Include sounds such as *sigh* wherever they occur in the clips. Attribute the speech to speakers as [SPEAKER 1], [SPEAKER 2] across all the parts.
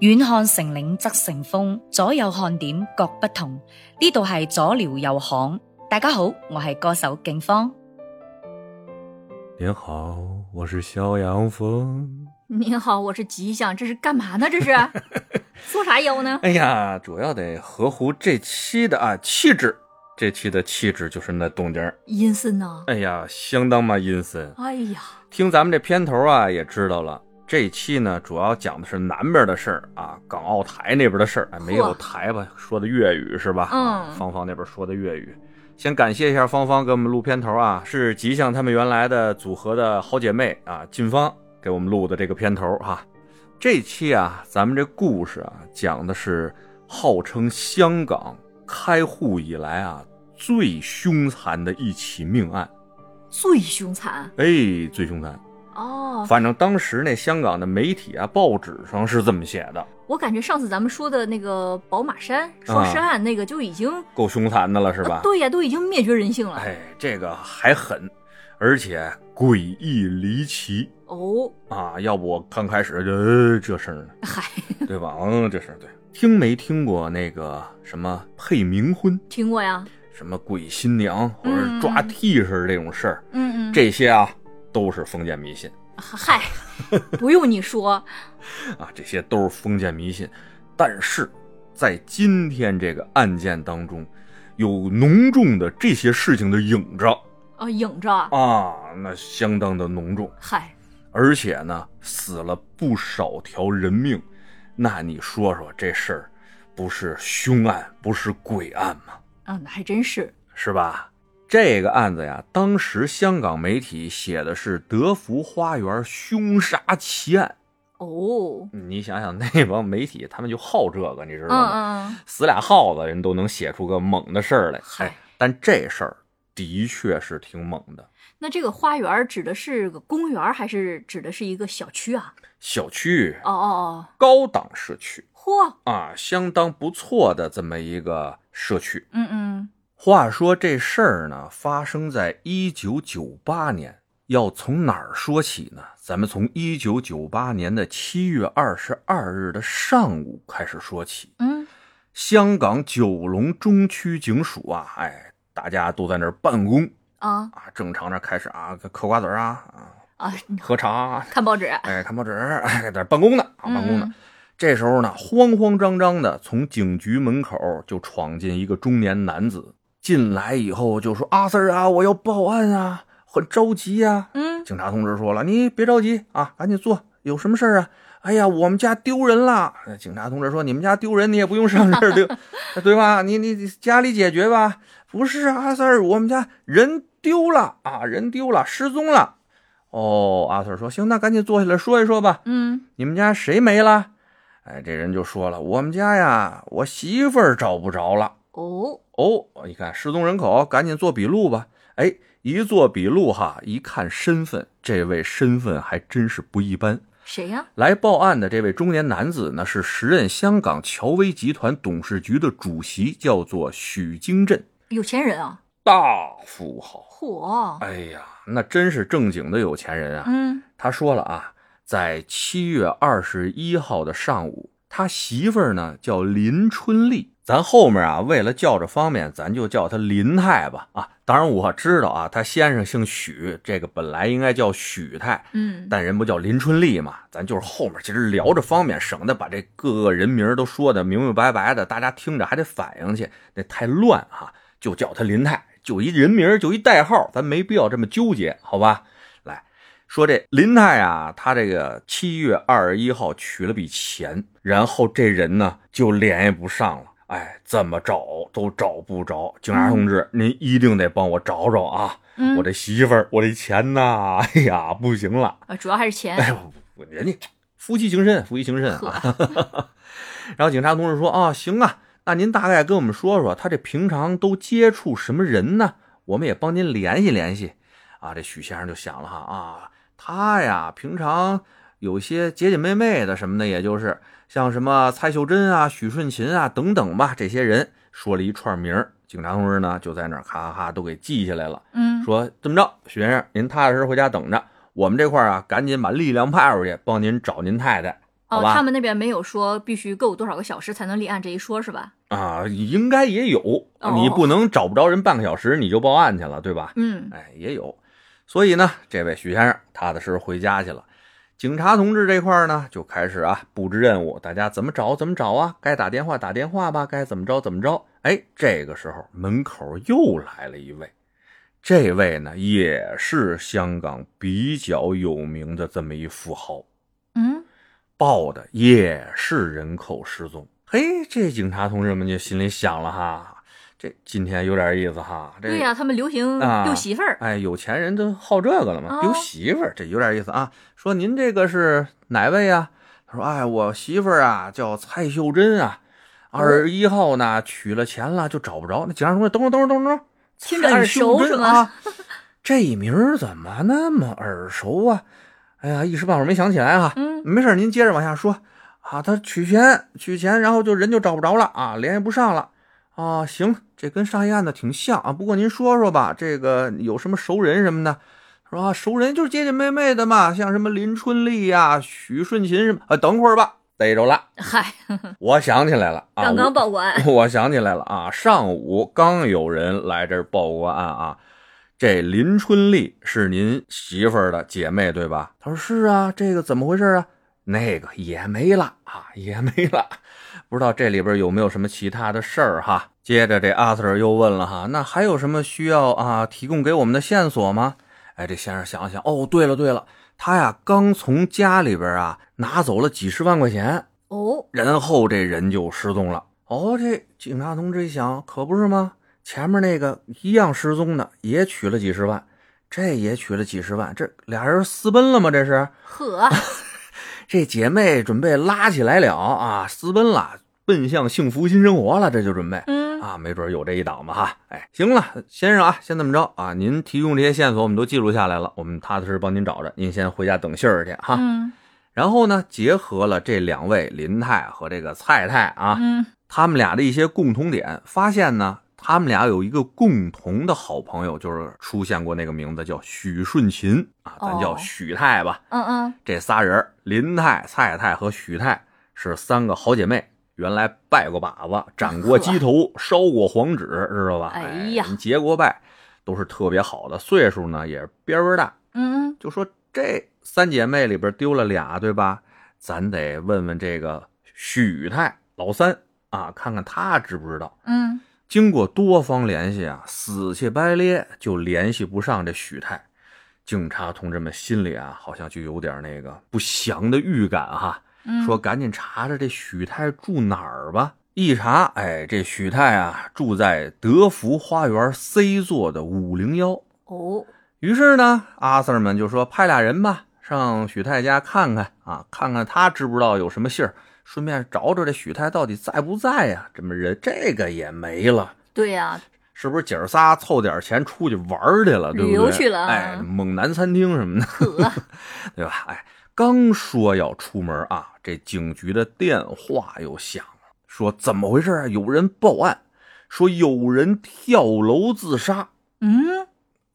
[SPEAKER 1] 遠看成嶺側成峰，左右看點各不同。呢度係左聊右行，大家好，我係歌手景芳。
[SPEAKER 2] 您好，我是肖阳峰。
[SPEAKER 3] 您好，我是吉祥，这是干嘛呢？
[SPEAKER 1] *laughs*
[SPEAKER 3] 这是说啥妖呢？
[SPEAKER 2] 哎呀，主要得合乎这期的啊气质，这期的气质就是那动静儿。
[SPEAKER 3] 阴森呐！
[SPEAKER 2] 哎呀，相当嘛阴森。
[SPEAKER 3] 哎呀，
[SPEAKER 2] 听咱们这片头啊，也知道了。这期呢，主要讲的是南边的事儿啊，港澳台那边的事儿。哎，没
[SPEAKER 3] 嚯
[SPEAKER 2] 有台吧？说的粤语是吧？
[SPEAKER 3] 嗯
[SPEAKER 2] 啊芳芳那边说的粤语。先感谢一下芳芳给我们录片头啊，是吉祥他们原来的组合的好姐妹啊，金芳给我们录的这个片头哈、这期啊，咱们这故事啊，讲的是号称香港开户以来啊最凶残的一起命案，
[SPEAKER 3] 最凶残
[SPEAKER 2] 哎，最凶残。
[SPEAKER 3] 哦！
[SPEAKER 2] 反正当时那香港的媒体啊、报纸上是这么写的，
[SPEAKER 3] 我感觉上次咱们说的那个宝马山双尸
[SPEAKER 1] 啊
[SPEAKER 3] 案，那个就已经
[SPEAKER 2] 够凶残的了，是吧
[SPEAKER 3] 啊？对呀，都已经灭绝人性了。
[SPEAKER 2] 哎，这个还狠，而且诡异离奇
[SPEAKER 3] 哦，啊
[SPEAKER 2] 啊！要不我刚开始就、呃、这声儿呢，
[SPEAKER 3] 嗨，
[SPEAKER 2] 对吧？嗯，这声儿对。听没听过那个什么配冥婚、
[SPEAKER 3] 听过呀？
[SPEAKER 2] 什么鬼新娘或者
[SPEAKER 3] 嗯
[SPEAKER 2] 是抓替身这种事儿？
[SPEAKER 3] 嗯嗯，
[SPEAKER 2] 这些啊都是封建迷信
[SPEAKER 3] 嗨，不用你说，
[SPEAKER 2] 啊，这些都是封建迷信。但是在今天这个案件当中，有浓重的这些事情的影子
[SPEAKER 3] 啊，影着，
[SPEAKER 1] 哦
[SPEAKER 2] 啊，那相当的浓重，
[SPEAKER 3] 嗨，
[SPEAKER 2] 而且呢死了不少条人命。那你说说这事儿，不是凶案，不是鬼案吗？
[SPEAKER 3] 嗯，那还真是，
[SPEAKER 2] 是吧？这个案子呀，当时香港媒体写的是德福花园凶杀奇案。
[SPEAKER 3] 哦，
[SPEAKER 2] 你想想，那帮媒体他们就好这个，你知
[SPEAKER 3] 嗯
[SPEAKER 2] 道吗？
[SPEAKER 3] 嗯
[SPEAKER 2] 死俩耗子人都能写出个猛的事儿来。
[SPEAKER 3] 嗨
[SPEAKER 2] 哎，但这事儿的确是挺猛的。
[SPEAKER 3] 嗯，那这个花园指的是个公园，还是指的是一个小区啊？
[SPEAKER 2] 小区
[SPEAKER 3] 哦哦
[SPEAKER 2] 高档社区
[SPEAKER 3] 哦，嚯，
[SPEAKER 2] 啊，相当不错的这么一个社区。
[SPEAKER 3] 嗯嗯，
[SPEAKER 2] 话说这事儿呢，发生在一九九八年。要从哪儿说起呢？咱们从一九九八年的七月二十二日的上午开始说起。
[SPEAKER 3] 嗯，
[SPEAKER 2] 香港九龙中区警署啊，哎，大家都在那儿办公
[SPEAKER 3] 啊
[SPEAKER 2] 啊，正常那开始啊，嗑瓜子儿啊，啊，
[SPEAKER 3] 啊，
[SPEAKER 2] 喝茶啊，
[SPEAKER 3] 看报纸，
[SPEAKER 2] 哎，看报纸，哎，在那儿办公呢，啊，办公呢。
[SPEAKER 3] 嗯
[SPEAKER 2] 这时候呢，慌慌张张的从警局门口就闯进一个中年男子，进来以后就说：“阿 Sir 啊，我要报案啊，很着急啊。”
[SPEAKER 3] 嗯，
[SPEAKER 2] 警察同志说了：“你别着急啊，赶紧坐，有什么事儿啊？”哎呀，我们家丢人了。呃警察同志说：“你们家丢人，你也不用上这儿丢， *laughs* 对吧？你你你家里解决吧。”不是啊阿 Sir，我们家人丢了啊，人丢了，失踪了。哦，阿 Sir 说：“行，那赶紧坐下来说一说吧。
[SPEAKER 3] 嗯，
[SPEAKER 2] 你们家谁没了？”哎，这人就说了：“我们家呀，我媳妇儿找不着了。”
[SPEAKER 3] 哦，
[SPEAKER 2] 哦，一看失踪人口，赶紧做笔录吧。哎，一做笔录哈，一看身份，这位身份还真是不一般。
[SPEAKER 3] 谁呀、
[SPEAKER 2] 来报案的这位中年男子呢，是时任香港乔威集团董事局的主席，叫做许经镇，
[SPEAKER 3] 有钱人啊，
[SPEAKER 2] 大富豪。
[SPEAKER 3] 嚯，
[SPEAKER 2] 哎呀，那真是正经的有钱人啊！
[SPEAKER 3] 嗯，
[SPEAKER 2] 他说了啊，在七月二十一号的上午，他媳妇儿呢叫林春丽，咱后面啊为了叫着方便，咱就叫她林太吧啊。当然我知道啊，他先生姓许，这个本来应该叫许太，
[SPEAKER 3] 嗯，
[SPEAKER 2] 但人不叫林春丽嘛，咱就是后面其实聊着方便，省得把这各个人名都说的明明白白的，大家听着还得反应去，那太乱哈、就叫他林太，就一人名，就一代号，咱没必要这么纠结，好吧？来说这林太啊，他这个七月二十一号取了笔钱，然后这人呢就联系不上了。哎，怎么找都找不着，警察同志，您一定得帮我找找啊！
[SPEAKER 3] 嗯
[SPEAKER 2] 我这媳妇儿，我这钱呐，哎呀，不行了，
[SPEAKER 3] 啊，主要还是 *laughs* 钱，
[SPEAKER 2] 哎呦，我人家夫妻情深，夫妻情深啊。 *laughs* 然后警察同志说啊，行啊，那您大概跟我们说说，他这平常都接触什么人呢？我们也帮您联系联系。啊，这许先生就想了哈啊，他呀平常有些姐姐妹妹的什么的，也就是像什么蔡秀珍啊、许顺琴啊等等吧，这些人说了一串名儿。警察同志呢就在那儿咔咔咔都给记下来了。
[SPEAKER 3] 嗯，
[SPEAKER 2] 说这么着，许先生，您踏踏实实回家等着，我们这块儿啊，赶紧把力量派出去，帮您找您太太。好
[SPEAKER 3] 哦，
[SPEAKER 2] 吧
[SPEAKER 3] 他们那边没有说必须够多少个小时才能立案这一说，是吧？
[SPEAKER 2] 啊，应该也有，
[SPEAKER 3] 哦
[SPEAKER 2] 你不能找不着人半个小时你就报案去了，对吧？
[SPEAKER 3] 嗯，
[SPEAKER 2] 哎，也有。所以呢，这位许先生踏踏实实回家去了。警察同志这块儿呢，就开始啊布置任务，大家怎么找怎么找啊，该打电话打电话吧，该怎么着怎么着。哎，这个时候门口又来了一位，这位呢也是香港比较有名的这么一富豪，
[SPEAKER 3] 嗯，
[SPEAKER 2] 报的也是人口失踪。嘿，这警察同志们就心里想了哈，这今天有点意思哈。这
[SPEAKER 3] 对呀、他们流行
[SPEAKER 2] 啊
[SPEAKER 3] 丢媳妇儿，
[SPEAKER 2] 哎，有钱人都好这个了嘛，
[SPEAKER 3] 哦
[SPEAKER 2] 丢媳妇儿，这有点意思啊。说您这个是哪位啊？他说，哎，我媳妇儿啊叫蔡秀珍啊，二
[SPEAKER 3] 哦
[SPEAKER 2] 十一号呢取了钱了就找不着。那警察同志，等会儿，等会儿，等会儿，
[SPEAKER 3] 听着耳熟
[SPEAKER 2] 蔡秀
[SPEAKER 3] 是
[SPEAKER 2] 珍
[SPEAKER 3] 吗
[SPEAKER 2] 啊， *laughs* 这名儿怎么那么耳熟啊？哎呀，一时半会儿没想起来啊。
[SPEAKER 3] 嗯，
[SPEAKER 2] 没事儿，您接着往下说啊。他取钱，取钱，然后就人就找不着了啊，联系不上了啊。行，这跟上一案的挺像啊。不过您说说吧，这个有什么熟人什么的？说啊，熟人就是姐姐妹妹的嘛，像什么林春丽呀、许顺琴什么啊。等会儿吧，逮着了，
[SPEAKER 3] 嗨，
[SPEAKER 2] 我想起来了啊，
[SPEAKER 3] 刚
[SPEAKER 2] 我
[SPEAKER 3] 刚报过案，
[SPEAKER 2] *laughs* 我想起来了啊，上午刚有人来这儿报过案啊。这林春丽是您媳妇儿的姐妹对吧？他说是啊，这个怎么回事啊？那个也没了啊，也没了， *laughs* 不知道这里边有没有什么其他的事儿哈。接着这阿 Sir 又问了哈，那还有什么需要啊提供给我们的线索吗？哎，这先生想了想，哦，对了对了，他呀刚从家里边啊拿走了几十万块钱，
[SPEAKER 3] 哦，
[SPEAKER 2] 然后这人就失踪了。哦，这警察同志一想，可不是吗？前面那个一样失踪的也取了几十万，这也取了几十万，这俩人私奔了吗？这是
[SPEAKER 3] 呵，
[SPEAKER 2] 这姐妹准备拉起来了啊，私奔了，奔向幸福新生活了，这就准备。
[SPEAKER 3] 嗯，
[SPEAKER 2] 啊，没准有这一档吧哈。哎，行了，先生啊，先这么着啊，您提供这些线索我们都记录下来了，我们踏踏实实帮您找着，您先回家等信儿去哈。
[SPEAKER 3] 嗯
[SPEAKER 2] 然后呢，结合了这两位林太和这个蔡太啊，
[SPEAKER 3] 嗯，
[SPEAKER 2] 他们俩的一些共同点，发现呢，他们俩有一个共同的好朋友，就是出现过那个名字叫许顺琴啊，咱叫
[SPEAKER 3] 哦
[SPEAKER 2] 许太吧。
[SPEAKER 3] 嗯嗯，
[SPEAKER 2] 这仨人，林太、蔡太和许太是三个好姐妹，原来拜过把子，斩过鸡头，烧过黄纸，知道吧？
[SPEAKER 3] 哎呀
[SPEAKER 2] 结过拜，都是特别好的，岁数呢也边边大。
[SPEAKER 3] 嗯嗯，
[SPEAKER 2] 就说这三姐妹里边丢了俩，对吧？咱得问问这个许太老三啊，看看他知不知道。
[SPEAKER 3] 嗯，
[SPEAKER 2] 经过多方联系啊，死乞白咧就联系不上这许太。警察同志们心里啊，好像就有点那个不祥的预感哈、
[SPEAKER 3] 嗯
[SPEAKER 2] 说赶紧查查这许太住哪儿吧。一查，哎，这许太啊住在德福花园 C 座的五零幺。
[SPEAKER 3] 哦，
[SPEAKER 2] 于是呢，阿 Sir 们就说派俩人吧，上许太家看看啊，看看他知不知道有什么信儿，顺便找找这许太到底在不在呀、这么人这个也没了，
[SPEAKER 3] 对啊呀、
[SPEAKER 2] 是不是姐儿仨凑点钱出去玩儿去了，对不对？
[SPEAKER 3] 旅游去了
[SPEAKER 2] 哎，猛男餐厅什么的，
[SPEAKER 3] 呵，
[SPEAKER 2] *laughs* 对吧？哎，刚说要出门啊，这警局的电话又响了，说怎么回事啊？有人报案，说有人跳楼自杀。
[SPEAKER 3] 嗯，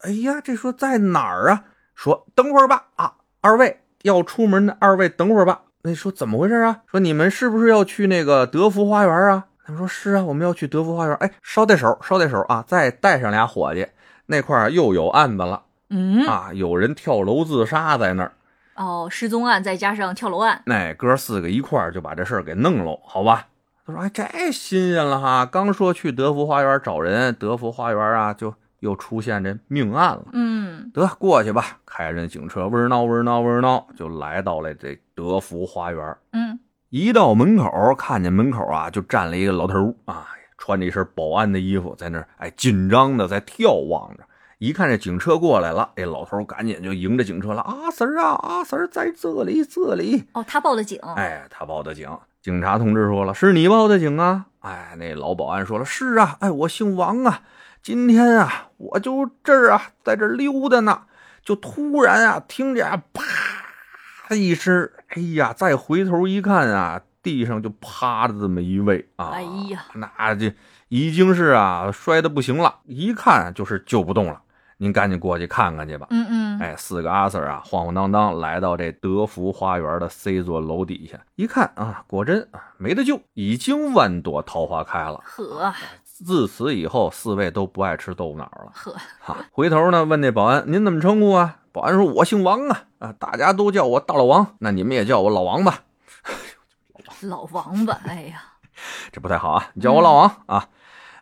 [SPEAKER 2] 哎呀，这说在哪儿啊？说等会儿吧啊，二位要出门的二位等会儿吧。那说怎么回事啊？说你们是不是要去那个德福花园啊？他们说是啊，我们要去德福花园。哎，捎带手，捎带手啊，再带上俩伙计，那块儿又有案子了
[SPEAKER 3] 嗯，
[SPEAKER 2] 啊，有人跳楼自杀在那儿。
[SPEAKER 3] 哦，失踪案再加上跳楼案，
[SPEAKER 2] 那哥四个一块儿就把这事儿给弄喽，好吧？他说：“哎，这新鲜了哈！刚说去德福花园找人，德福花园啊，就又出现这命案了。”
[SPEAKER 3] 嗯，
[SPEAKER 2] 得过去吧，开着警车，嗡闹嗡闹嗡闹，就来到了这德福花园。
[SPEAKER 3] 嗯，
[SPEAKER 2] 一到门口，看见门口啊，就站了一个老头儿啊，穿着一身保安的衣服，在那儿哎紧张的在眺望着。一看这警车过来了，这老头儿赶紧就迎着警车了。阿 Sir 啊，阿 Sir 在这里，这里。
[SPEAKER 3] 哦，他报的警，
[SPEAKER 2] 哎，他报的警。警察同志说了：“是你报的警啊？”哎，那老保安说了：“是啊，哎，我姓王啊，今天啊，我就这儿啊，在这儿溜达呢，就突然啊，听见啊啪一声，哎呀，再回头一看啊，地上就趴着这么一位啊，
[SPEAKER 3] 哎呀，
[SPEAKER 2] 啊那这已经是啊摔的不行了，一看就是救不动了。您赶紧过去看看去吧。
[SPEAKER 1] 嗯嗯，
[SPEAKER 2] 哎，四个阿 Sir 啊，晃晃荡荡来到这德福花园的 C 座楼底下，一看啊，果真啊没得救，已经万朵桃花开了。
[SPEAKER 3] 呵
[SPEAKER 2] 自此以后，四位都不爱吃豆腐脑了。
[SPEAKER 3] 呵，
[SPEAKER 2] 哈、回头呢问那保安：“您怎么称呼啊？”保安说：“我姓王啊，啊，大家都叫我大老王，那你们也叫我老王吧。
[SPEAKER 3] 老王八，哎呀，
[SPEAKER 2] 这不太好啊，你叫我老王、啊。”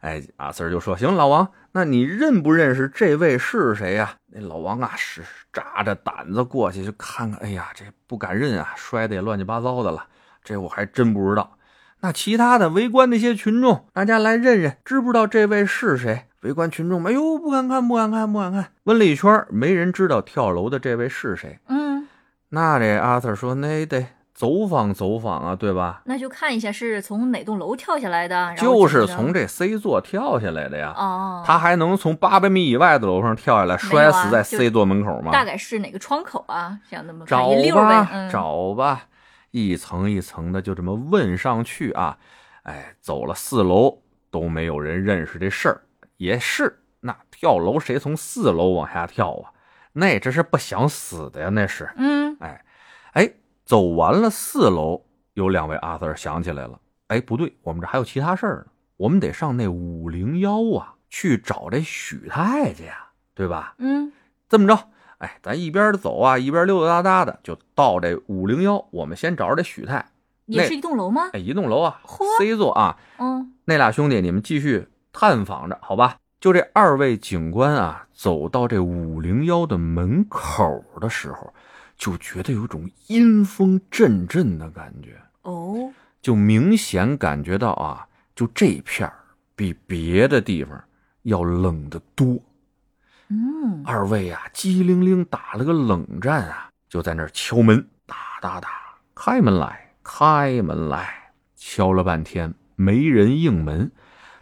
[SPEAKER 2] 哎，阿 Sir 就说：“行，老王，那你认不认识这位是谁呀、那老王啊，是扎着胆子过去就看看，哎呀，这不敢认啊，摔得也乱七八糟的了，这我还真不知道。那其他的围观那些群众，大家来认认，知不知道这位是谁？围观群众们，哎呦，不敢看，不敢看，不敢看。问了一圈，没人知道跳楼的这位是谁。
[SPEAKER 3] 嗯，
[SPEAKER 2] 那这阿 Sir 说，那得走访走访啊，对吧？
[SPEAKER 3] 那就看一下是从哪栋楼跳下来的，然后
[SPEAKER 2] 就
[SPEAKER 3] 怎么着
[SPEAKER 2] 是从这 C 座跳下来的呀。
[SPEAKER 3] 哦，
[SPEAKER 2] 他还能从八百米以外的楼上跳下来，摔
[SPEAKER 3] 啊
[SPEAKER 2] 死在 C 座门口吗？啊
[SPEAKER 3] 大概是哪个窗口啊？这样那么看
[SPEAKER 2] 找
[SPEAKER 3] 一溜儿呗，
[SPEAKER 2] 吧，
[SPEAKER 3] 嗯，
[SPEAKER 2] 找吧，一层一层的就这么问上去啊。哎，走了四楼都没有人认识这事儿，也是那跳楼谁从四楼往下跳啊？那这是不想死的呀，那是。
[SPEAKER 3] 嗯，
[SPEAKER 2] 哎，哎，走完了四楼，有两位阿 Sir 想起来了，哎，不对，我们这还有其他事儿呢，我们得上那五零幺啊，去找这许太去呀，对吧？
[SPEAKER 3] 嗯，
[SPEAKER 2] 这么着，哎，咱一边走啊，一边溜溜达达的，就到这五零幺，我们先找着这许太，
[SPEAKER 3] 也
[SPEAKER 2] 那
[SPEAKER 3] 是一栋楼吗？
[SPEAKER 2] 哎，一栋楼啊
[SPEAKER 3] 嚯
[SPEAKER 2] ，C 座啊，
[SPEAKER 3] 嗯，
[SPEAKER 2] 那俩兄弟，你们继续探访着，好吧？就这二位警官啊，走到这五零幺的门口的时候，就觉得有种阴风阵阵的感觉，
[SPEAKER 3] 哦，
[SPEAKER 2] 就明显感觉到啊，就这片儿比别的地方要冷得多。
[SPEAKER 3] 嗯，
[SPEAKER 2] 二位啊，机灵灵打了个冷战啊，就在那儿敲门，哒哒哒，开门来，开门来，敲了半天没人应门，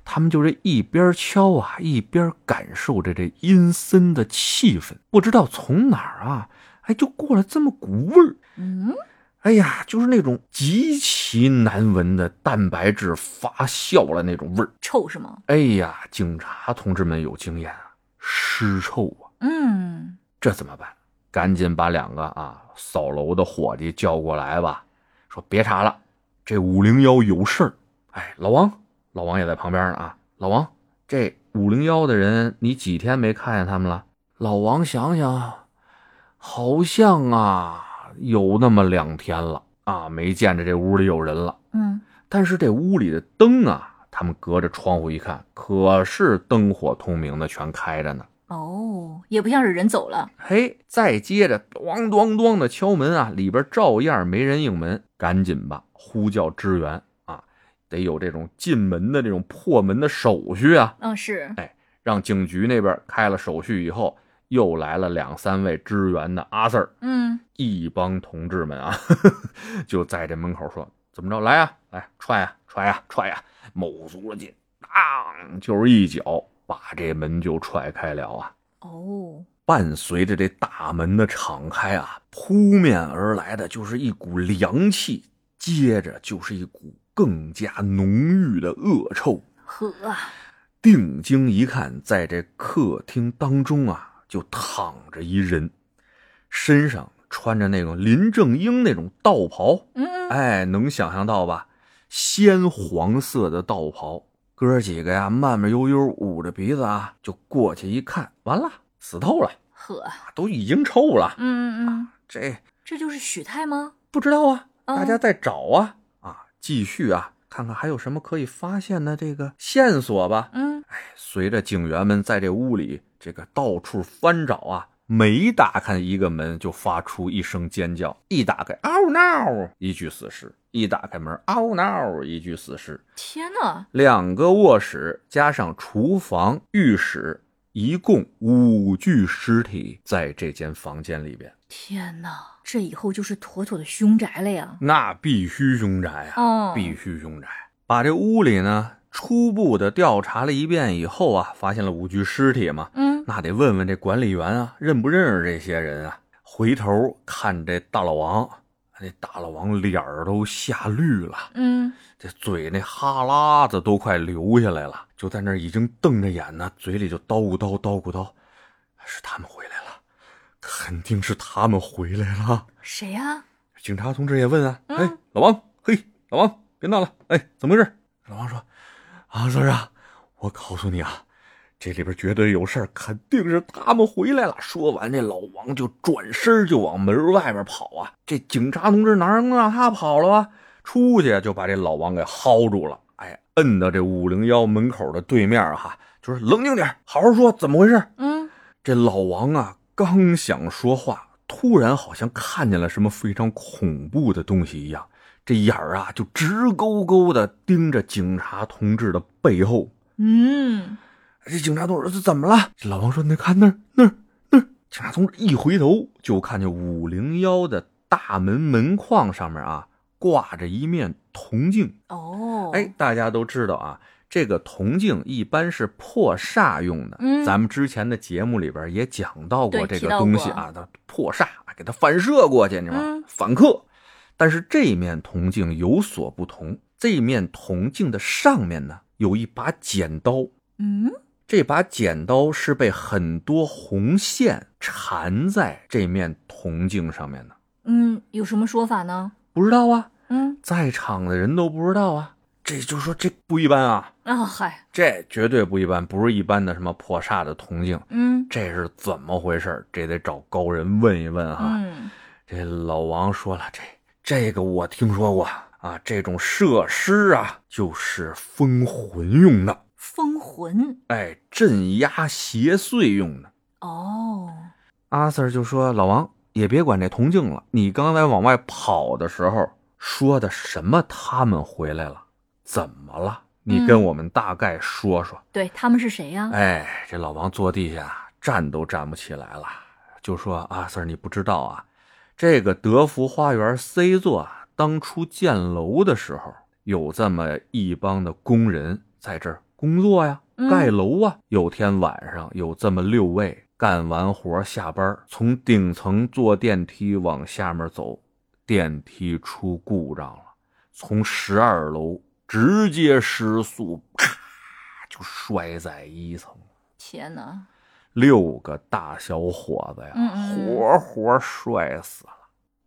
[SPEAKER 2] 他们就这一边敲啊，一边感受着这阴森的气氛，不知道从哪儿啊，哎，就过来这么股味儿。
[SPEAKER 3] 嗯，
[SPEAKER 2] 哎呀，就是那种极其难闻的蛋白质发酵了那种味儿。
[SPEAKER 3] 臭是吗？
[SPEAKER 2] 哎呀，警察同志们有经验啊，尸臭啊，
[SPEAKER 3] 嗯，
[SPEAKER 2] 这怎么办？赶紧把两个啊扫楼的伙计叫过来吧，说别查了，这五零幺有事儿。哎，老王，老王也在旁边呢啊，老王，这五零幺的人你几天没看见他们了？老王想想啊，好像啊有那么两天了啊，没见着这屋里有人了。
[SPEAKER 3] 嗯，
[SPEAKER 2] 但是这屋里的灯啊，他们隔着窗户一看，可是灯火通明的，全开着呢。
[SPEAKER 3] 哦，也不像是人走了，
[SPEAKER 2] 嘿，再接着咣咣咣的敲门啊，里边照样没人应门，赶紧吧，呼叫支援啊！得有这种进门的这种破门的手续啊，
[SPEAKER 3] 嗯，是，
[SPEAKER 2] 让警局那边开了手续以后，又来了两三位支援的阿 Sir，
[SPEAKER 3] 嗯，
[SPEAKER 2] 一帮同志们啊， *laughs* 呵呵就在这门口说：“怎么着，来啊，来踹啊，踹啊，踹啊！”卯足了劲，当就是一脚把这门就踹开了啊。
[SPEAKER 3] 哦，
[SPEAKER 2] 伴随着这大门的敞开啊，扑面而来的就是一股凉气，接着就是一股更加浓郁的恶臭。
[SPEAKER 3] 呵，
[SPEAKER 2] 定睛一看，在这客厅当中啊，就躺着一人，身上穿着那种林正英那种道袍，
[SPEAKER 3] 嗯，
[SPEAKER 2] 哎，能想象到吧？鲜黄色的道袍，哥几个呀，慢慢悠悠捂着鼻子啊，就过去一看，完了，死透了。啊
[SPEAKER 3] 呵，
[SPEAKER 2] 都已经臭了，
[SPEAKER 3] 嗯嗯嗯，
[SPEAKER 2] 这
[SPEAKER 3] 这就是许泰吗？
[SPEAKER 2] 不知道啊，
[SPEAKER 3] 嗯
[SPEAKER 2] 大家在找啊、啊，继续啊，看看还有什么可以发现的这个线索吧。
[SPEAKER 3] 嗯，
[SPEAKER 2] 随着警员们在这屋里这个到处翻找啊，每打开一个门就发出一声尖叫，一打开嗷闹一具死尸，一打开门嗷闹一具死尸，
[SPEAKER 3] 天哪，
[SPEAKER 2] 两个卧室加上厨房、浴室，一共五具尸体在这间房间里边。
[SPEAKER 3] 天哪，这以后就是妥妥的凶宅了呀！
[SPEAKER 2] 那必须凶宅啊，
[SPEAKER 3] 哦，
[SPEAKER 2] 必须凶宅。把这屋里呢初步的调查了一遍以后啊，发现了五具尸体嘛，
[SPEAKER 3] 嗯，
[SPEAKER 2] 那得问问这管理员啊，认不认识这些人啊？回头看这大老王，那大老王脸儿都吓绿了，
[SPEAKER 3] 嗯，
[SPEAKER 2] 这嘴那哈喇子都快流下来了，就在那儿已经瞪着眼呢，嘴里就叨咕叨叨咕叨。哎是他们回来了，肯定是他们回来了。
[SPEAKER 3] 谁呀、
[SPEAKER 2] 警察同志也问啊，
[SPEAKER 3] 嗯
[SPEAKER 2] 哎，老王，嘿，老王，别闹了，哎，怎么回事？老王说，啊，孙儿啊，我告诉你啊，这里边绝对有事儿，肯定是他们回来了。说完，这老王就转身就往门外边跑啊。这警察同志哪能让他跑了啊？出去就把这老王给薅住了，哎，摁到这五零幺门口的对面啊哈，就是冷静点儿，好好说怎么回事。
[SPEAKER 3] 嗯，
[SPEAKER 2] 这老王啊，刚想说话，突然好像看见了什么非常恐怖的东西一样，这眼儿啊就直勾勾的盯着警察同志的背后。
[SPEAKER 3] 嗯，
[SPEAKER 2] 这警察同志说怎么了？这老王说：“你看那儿，那儿，那儿。”警察同志一回头，就看见五零幺的大门门框上面啊挂着一面铜镜。
[SPEAKER 3] 哦，
[SPEAKER 2] 哎，，大家都知道啊，这个铜镜一般是破煞用的。
[SPEAKER 3] 嗯
[SPEAKER 2] 咱们之前的节目里边也讲到过
[SPEAKER 3] 对
[SPEAKER 2] 这
[SPEAKER 3] 提
[SPEAKER 2] 个
[SPEAKER 3] 到
[SPEAKER 2] 东西
[SPEAKER 3] 过
[SPEAKER 2] 啊，它破煞给它反射过去，你知道吗？
[SPEAKER 3] 嗯
[SPEAKER 2] 反克。但是这面铜镜有所不同，这面铜镜的上面呢有一把剪刀，
[SPEAKER 3] 嗯，
[SPEAKER 2] 这把剪刀是被很多红线缠在这面铜镜上面的。
[SPEAKER 3] 嗯，有什么说法呢？
[SPEAKER 2] 不知道啊，
[SPEAKER 3] 嗯，
[SPEAKER 2] 在场的人都不知道啊，这就说这不一般啊。
[SPEAKER 3] 啊、嗨，
[SPEAKER 2] 这绝对不一般，不是一般的什么破煞的铜镜，
[SPEAKER 3] 嗯，
[SPEAKER 2] 这是怎么回事儿？这得找高人问一问哈。
[SPEAKER 3] 嗯，
[SPEAKER 2] 这老王说了，这这个我听说过啊，这种设施啊，就是封魂用的，
[SPEAKER 3] 封魂，
[SPEAKER 2] 哎，镇压邪祟用的。
[SPEAKER 3] 哦，
[SPEAKER 2] 阿 Sir 就说：“老王，也别管这铜镜了，你刚才往外跑的时候说的什么？他们回来了，怎么了？你跟
[SPEAKER 3] 嗯
[SPEAKER 2] 我们大概说说。
[SPEAKER 3] 对，他们是谁呀、
[SPEAKER 2] 哎，这老王坐地下站都站不起来了，就说：“阿 Sir，你不知道啊，这个德福花园 C 座啊，当初建楼的时候，有这么一帮的工人在这儿工作呀，
[SPEAKER 3] 嗯
[SPEAKER 2] 盖楼啊。有天晚上，有这么六位干完活下班，从顶层坐电梯往下面走，电梯出故障了，从十二楼直接失速，啪就摔在一层。
[SPEAKER 3] 天哪，
[SPEAKER 2] 六个大小伙子呀，
[SPEAKER 3] 嗯嗯
[SPEAKER 2] 活活摔死了。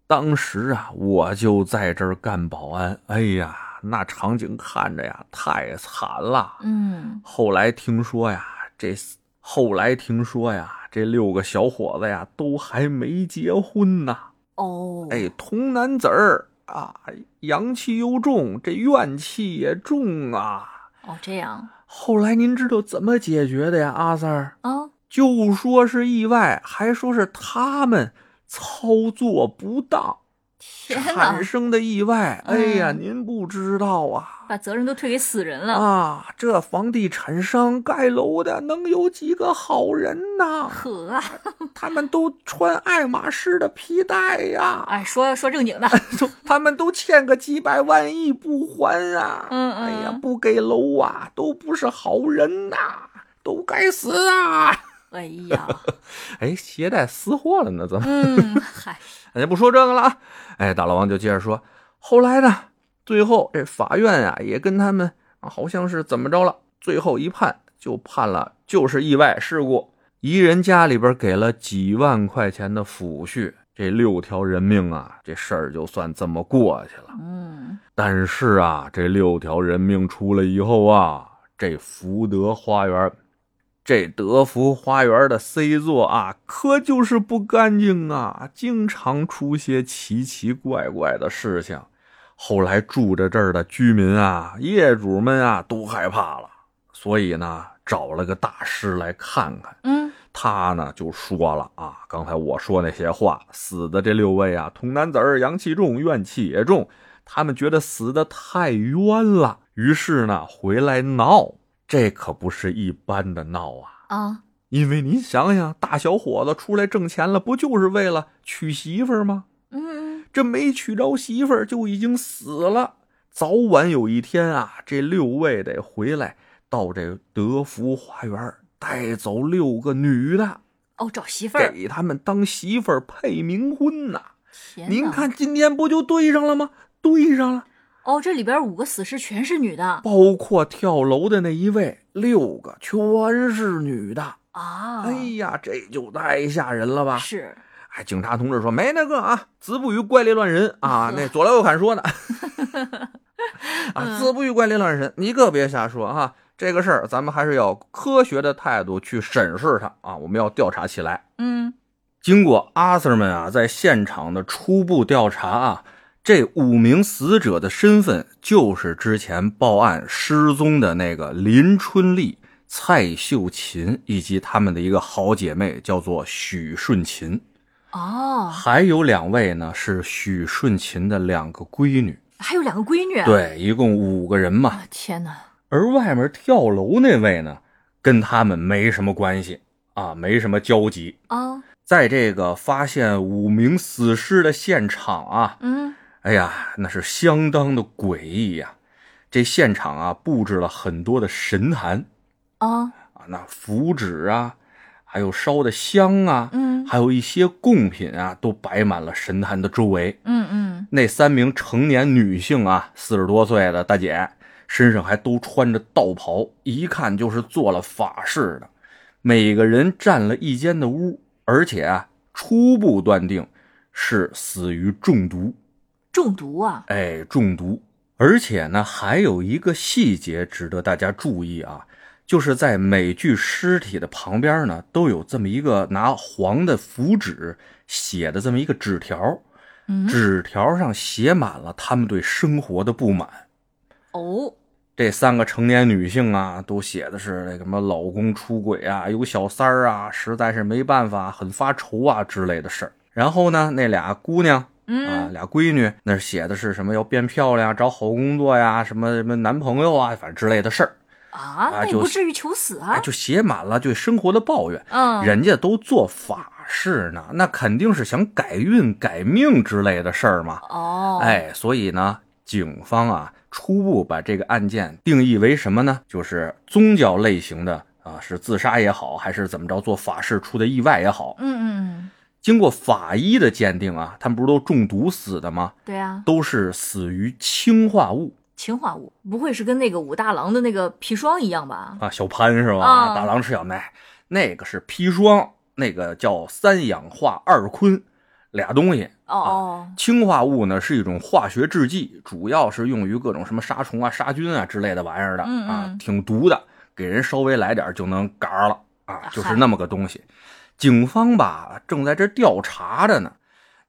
[SPEAKER 2] 当时啊，我就在这儿干保安，哎呀，那场景看着呀太惨了。
[SPEAKER 3] 嗯，
[SPEAKER 2] 后来听说呀，这后来听说呀，这六个小伙子呀都还没结婚呢。
[SPEAKER 3] 哦，
[SPEAKER 2] 哎，童男子儿啊，阳气又重，这怨气也重啊。
[SPEAKER 3] 哦，这样
[SPEAKER 2] 后来您知道怎么解决的呀，阿 Sir？
[SPEAKER 3] 啊，
[SPEAKER 2] 就说是意外，还说是他们操作不当
[SPEAKER 3] 天哪
[SPEAKER 2] 产，生的意外。哎呀，
[SPEAKER 3] 嗯
[SPEAKER 2] 您不知道啊
[SPEAKER 3] 把责任都推给死人了，
[SPEAKER 2] 啊！这房地产商盖楼的能有几个好人呐？
[SPEAKER 3] 呵啊，
[SPEAKER 2] 他们都穿爱马仕的皮带呀，
[SPEAKER 3] 哎，说说正
[SPEAKER 2] *laughs*
[SPEAKER 3] 经的，
[SPEAKER 2] 都他们都欠个几百万亿不还啊！
[SPEAKER 3] 嗯嗯
[SPEAKER 2] 哎呀，不给楼啊，都不是好人呐、都该死啊！ *laughs*
[SPEAKER 3] 哎呀，
[SPEAKER 2] 哎，携带私货了呢，怎么？
[SPEAKER 3] 嗯，嗨，
[SPEAKER 2] 咱就不说这个了啊。哎，大老王就接着说，后来呢，最后这法院啊也跟他们、啊、好像是怎么着了，最后一判就判了，就是意外事故，一人家里边给了几万块钱的抚恤，这六条人命啊，这事儿就算这么过去了。
[SPEAKER 3] 嗯，
[SPEAKER 2] 但是啊，这六条人命出来以后啊，这福德花园，这德福花园的 C 座啊，可就是不干净啊，经常出些奇奇怪怪的事情。后来住着这儿的居民啊，业主们啊，都害怕了，所以呢，找了个大师来看看。
[SPEAKER 3] 嗯，
[SPEAKER 2] 他呢就说了啊，刚才我说那些话，死的这六位啊，童男子儿阳气重，怨气也重，他们觉得死的太冤了，于是呢回来闹，这可不是一般的闹啊！
[SPEAKER 3] 啊，
[SPEAKER 2] 因为您想想，大小伙子出来挣钱了，不就是为了娶媳妇儿吗？
[SPEAKER 3] 嗯，
[SPEAKER 2] 这没娶着媳妇儿就已经死了，早晚有一天啊，这六位得回来到这德福花园儿带走六个女的。
[SPEAKER 3] 哦，找媳妇儿，
[SPEAKER 2] 给他们当媳妇儿配冥婚呐、
[SPEAKER 3] 天哪
[SPEAKER 2] 您看今天不就对上了吗？对上了，
[SPEAKER 3] 哦，这里边五个死尸全是女的
[SPEAKER 2] 包括跳楼的那一位，六个全是女的。
[SPEAKER 3] 啊，
[SPEAKER 2] 哎呀，这就太吓人了吧！
[SPEAKER 3] 是
[SPEAKER 2] 哎，警察同志说没那个啊，子不语怪力乱神
[SPEAKER 3] *laughs*
[SPEAKER 2] 啊，那左来右砍说呢，
[SPEAKER 3] 嗯
[SPEAKER 2] 啊，子不语怪力乱神，你可别瞎说啊，这个事儿咱们还是要科学的态度去审视它啊，我们要调查起来。
[SPEAKER 1] 嗯，
[SPEAKER 2] 经过阿 Sir 们啊在现场的初步调查啊，这五名死者的身份就是之前报案失踪的那个林春丽、蔡秀琴以及他们的一个好姐妹，叫做许顺琴，
[SPEAKER 3] 哦，
[SPEAKER 2] 还有两位呢是许顺琴的两个闺女，
[SPEAKER 3] 还有两个闺女啊，
[SPEAKER 2] 对，一共五个人嘛。
[SPEAKER 3] 啊，天哪，
[SPEAKER 2] 而外面跳楼那位呢，跟他们没什么关系啊，没什么交集。
[SPEAKER 3] 啊，
[SPEAKER 2] 在这个发现五名死尸的现场啊，
[SPEAKER 3] 嗯，
[SPEAKER 2] 哎呀，那是相当的诡异呀、这现场啊，布置了很多的神坛
[SPEAKER 3] 啊，
[SPEAKER 2] 啊，那符纸啊，还有烧的香啊，
[SPEAKER 3] 嗯
[SPEAKER 2] 还有一些贡品啊，都摆满了神坛的周围。
[SPEAKER 3] 嗯嗯，
[SPEAKER 2] 那三名成年女性啊，四十多岁的大姐，身上还都穿着道袍，一看就是做了法事的。每个人占了一间的屋，而且啊，初步断定是死于中毒。
[SPEAKER 3] 中毒啊，
[SPEAKER 2] 哎，中毒。而且呢，还有一个细节值得大家注意啊，就是在每具尸体的旁边呢，都有这么一个拿黄的符纸写的这么一个纸条，
[SPEAKER 3] 嗯，
[SPEAKER 2] 纸条上写满了他们对生活的不满。
[SPEAKER 3] 哦，
[SPEAKER 2] 这三个成年女性啊，都写的是那个什么老公出轨啊，有小三儿啊，实在是没办法，很发愁啊之类的事儿。然后呢，那俩姑娘啊，
[SPEAKER 3] 嗯，
[SPEAKER 2] 俩闺女那写的是什么要变漂亮、找好工作呀，什么什么男朋友啊，反正之类的事儿，
[SPEAKER 3] 啊，那也
[SPEAKER 2] 就
[SPEAKER 3] 不
[SPEAKER 2] 是
[SPEAKER 3] 至于求死
[SPEAKER 2] 哎，
[SPEAKER 3] 啊，
[SPEAKER 2] 就写满了对生活的抱怨。
[SPEAKER 3] 嗯，
[SPEAKER 2] 人家都做法事呢，那肯定是想改运、改命之类的事儿嘛。
[SPEAKER 3] 哦，，
[SPEAKER 2] 哎，所以呢，警方啊初步把这个案件定义为什么呢？就是宗教类型的啊，是自杀也好，还是怎么着做法事出的意外也好。
[SPEAKER 3] 嗯嗯，
[SPEAKER 2] 经过法医的鉴定啊，他们不是都中毒死的吗？
[SPEAKER 3] 对啊，
[SPEAKER 2] 都是死于氰化物
[SPEAKER 3] 氰化物不会是跟那个武大郎的那个砒霜一样吧？
[SPEAKER 2] 啊，小潘是吧？
[SPEAKER 3] 啊
[SPEAKER 2] 大郎吃小奈，那个是砒霜，那个叫三氧化二醌，俩东西。
[SPEAKER 3] 哦哦，
[SPEAKER 2] 氰化物呢是一种化学制剂，主要是用于各种什么杀虫啊、杀菌啊之类的玩意儿的
[SPEAKER 3] 嗯嗯
[SPEAKER 2] 啊，挺毒的，给人稍微来点儿就能嘎了啊
[SPEAKER 3] 啊，
[SPEAKER 2] 就是
[SPEAKER 3] 嗨
[SPEAKER 2] 那么个东西。警方吧正在这调查着呢，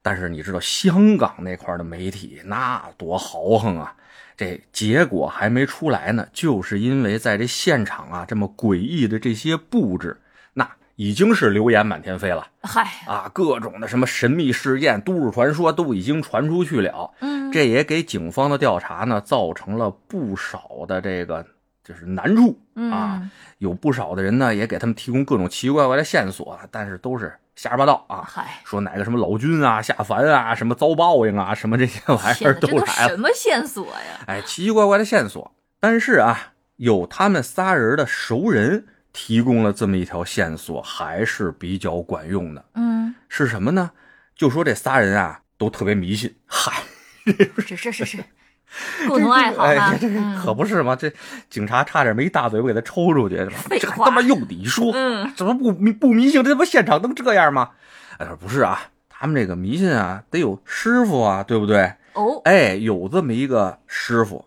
[SPEAKER 2] 但是你知道香港那块儿的媒体那多豪横啊！这结果还没出来呢，就是因为在这现场啊这么诡异的这些布置，那已经是流言满天飞了。
[SPEAKER 3] 嗨，
[SPEAKER 2] 啊，各种的什么神秘事件、都市传说都已经传出去了，
[SPEAKER 3] 嗯，
[SPEAKER 2] 这也给警方的调查呢造成了不少的这个就是难处啊。
[SPEAKER 3] 嗯，
[SPEAKER 2] 有不少的人呢也给他们提供各种奇奇怪怪的线索，啊但是都是瞎说八道啊，
[SPEAKER 3] 嗨，
[SPEAKER 2] 说哪个什么老君啊下凡啊，什么遭报应啊，什么这些玩意
[SPEAKER 3] 天
[SPEAKER 2] 儿
[SPEAKER 3] 哪，这都
[SPEAKER 2] 来了
[SPEAKER 3] 什。么线索呀？
[SPEAKER 2] 哎，奇奇怪怪的线索。但是啊，有他们仨人的熟人提供了这么一条线索，还是比较管用的。
[SPEAKER 3] 嗯，
[SPEAKER 2] 是什么呢？就说这仨人啊，都特别迷信。
[SPEAKER 3] *laughs*
[SPEAKER 2] 嗨，
[SPEAKER 3] 是是是 *laughs* 是，共同爱好嗯
[SPEAKER 2] 哎
[SPEAKER 3] 吧
[SPEAKER 2] 呀，？这个可不是嘛！这警察差点没一大嘴巴给他抽出去。
[SPEAKER 3] 废
[SPEAKER 2] 这
[SPEAKER 3] 话
[SPEAKER 2] 他妈用你说？
[SPEAKER 3] 嗯，
[SPEAKER 2] 怎么不迷不迷信？这他妈现场能这样吗？哎，不是啊，他们这个迷信啊，得有师傅啊，对不对？
[SPEAKER 3] 哦，
[SPEAKER 2] 哎，有这么一个师傅，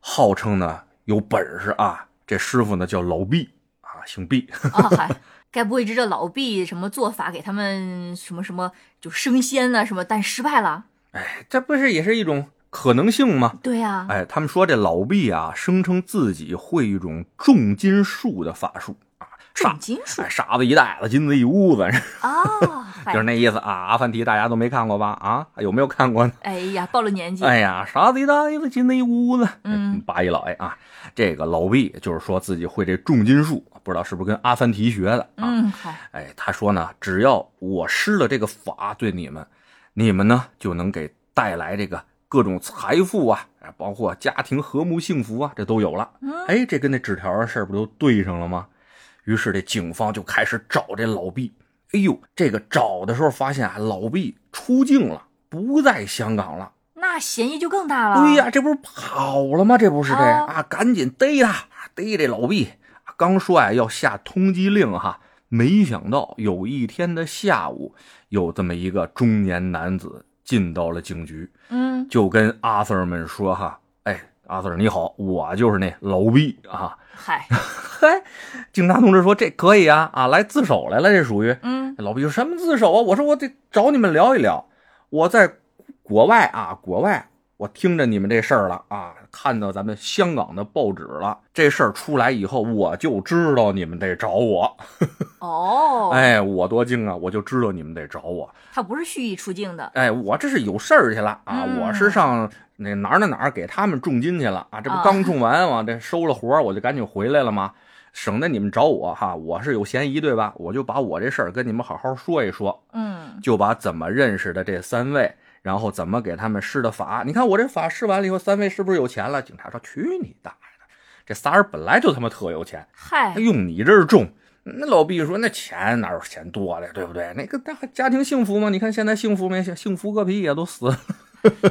[SPEAKER 2] 号称呢有本事啊。这师傅呢叫老毕啊，姓毕。 *laughs*
[SPEAKER 3] 啊嗨，该不会是这老毕什么做法给他们什么什么就升仙啊呐、什么，但失败了？
[SPEAKER 2] 哎，这不是也是一种可能性吗？
[SPEAKER 3] 对啊呀、
[SPEAKER 2] 哎，他们说这老毕啊，声称自己会一种重金术的法术啊，
[SPEAKER 3] 重金属
[SPEAKER 2] 哎，沙子一袋子，金子一屋子，
[SPEAKER 3] 啊，嗨
[SPEAKER 2] 就是，那意思啊。阿凡提大家都没看过吧？啊，有没有看过呢？
[SPEAKER 3] 哎呀，暴露年纪，
[SPEAKER 2] 哎呀，沙子一袋子，金子一屋子。
[SPEAKER 3] 嗯，
[SPEAKER 2] 八一老爷啊，这个老毕就是说自己会这重金术，不知道是不是跟阿凡提学的啊？
[SPEAKER 3] 嗯，嗨，
[SPEAKER 2] 哎，他说呢，只要我施了这个法对你们，你们呢就能给带来这个各种财富啊，啊包括家庭和睦幸福啊，这都有了。
[SPEAKER 3] *laughs* 嗯
[SPEAKER 2] 哎，这跟那纸条的事儿不都对上了吗？于是这警方就开始找这老毕。哎呦，这个找的时候发现啊，老毕出境了，不在香港了。
[SPEAKER 3] 那嫌疑就更大了。
[SPEAKER 2] 对呀、这不是跑了吗？这不是这
[SPEAKER 3] 啊
[SPEAKER 2] 啊，赶紧逮他，逮这老毕。刚说呀、要下通缉令哈，没想到有一天的下午，有这么一个中年男子进到了警局，
[SPEAKER 3] 嗯，
[SPEAKER 2] 就跟阿 Sir 们说哈，哎，阿 Sir 你好，我就是那老毕啊。
[SPEAKER 3] 嗨，
[SPEAKER 2] 嗨， *laughs* 警察同志说这可以啊，啊，来自首来了，这属于。
[SPEAKER 3] 嗯
[SPEAKER 2] 老毕说什么自首啊？我说我得找你们聊一聊。我在国外啊，国外我听着你们这事儿了啊，看到咱们香港的报纸了。这事儿出来以后，我就知道你们得找我。
[SPEAKER 3] 哦，
[SPEAKER 2] 哎，我多精啊，我就知道你们得找我。
[SPEAKER 3] 他不是蓄意出境的，
[SPEAKER 2] 哎，我这是有事儿去了啊，
[SPEAKER 3] 嗯
[SPEAKER 2] 我是上那哪儿哪儿哪儿给他们重金去了啊，这不
[SPEAKER 3] 啊
[SPEAKER 2] 刚种完我这收了活儿，我就赶紧回来了吗？省得你们找我哈，我是有嫌疑对吧？我就把我这事儿跟你们好好说一说。
[SPEAKER 3] 嗯
[SPEAKER 2] 就把怎么认识的这三位，然后怎么给他们施的法。你看我这法施完了以后，三位是不是有钱了？警察说：“去你大爷的！这仨人本来就他妈特有钱，
[SPEAKER 3] 嗨
[SPEAKER 2] 还，用你这儿重。”那老毕说：“那钱哪有钱多的，对不对？那个大家庭幸福吗？你看现在幸福没？幸福个屁呀、都死了！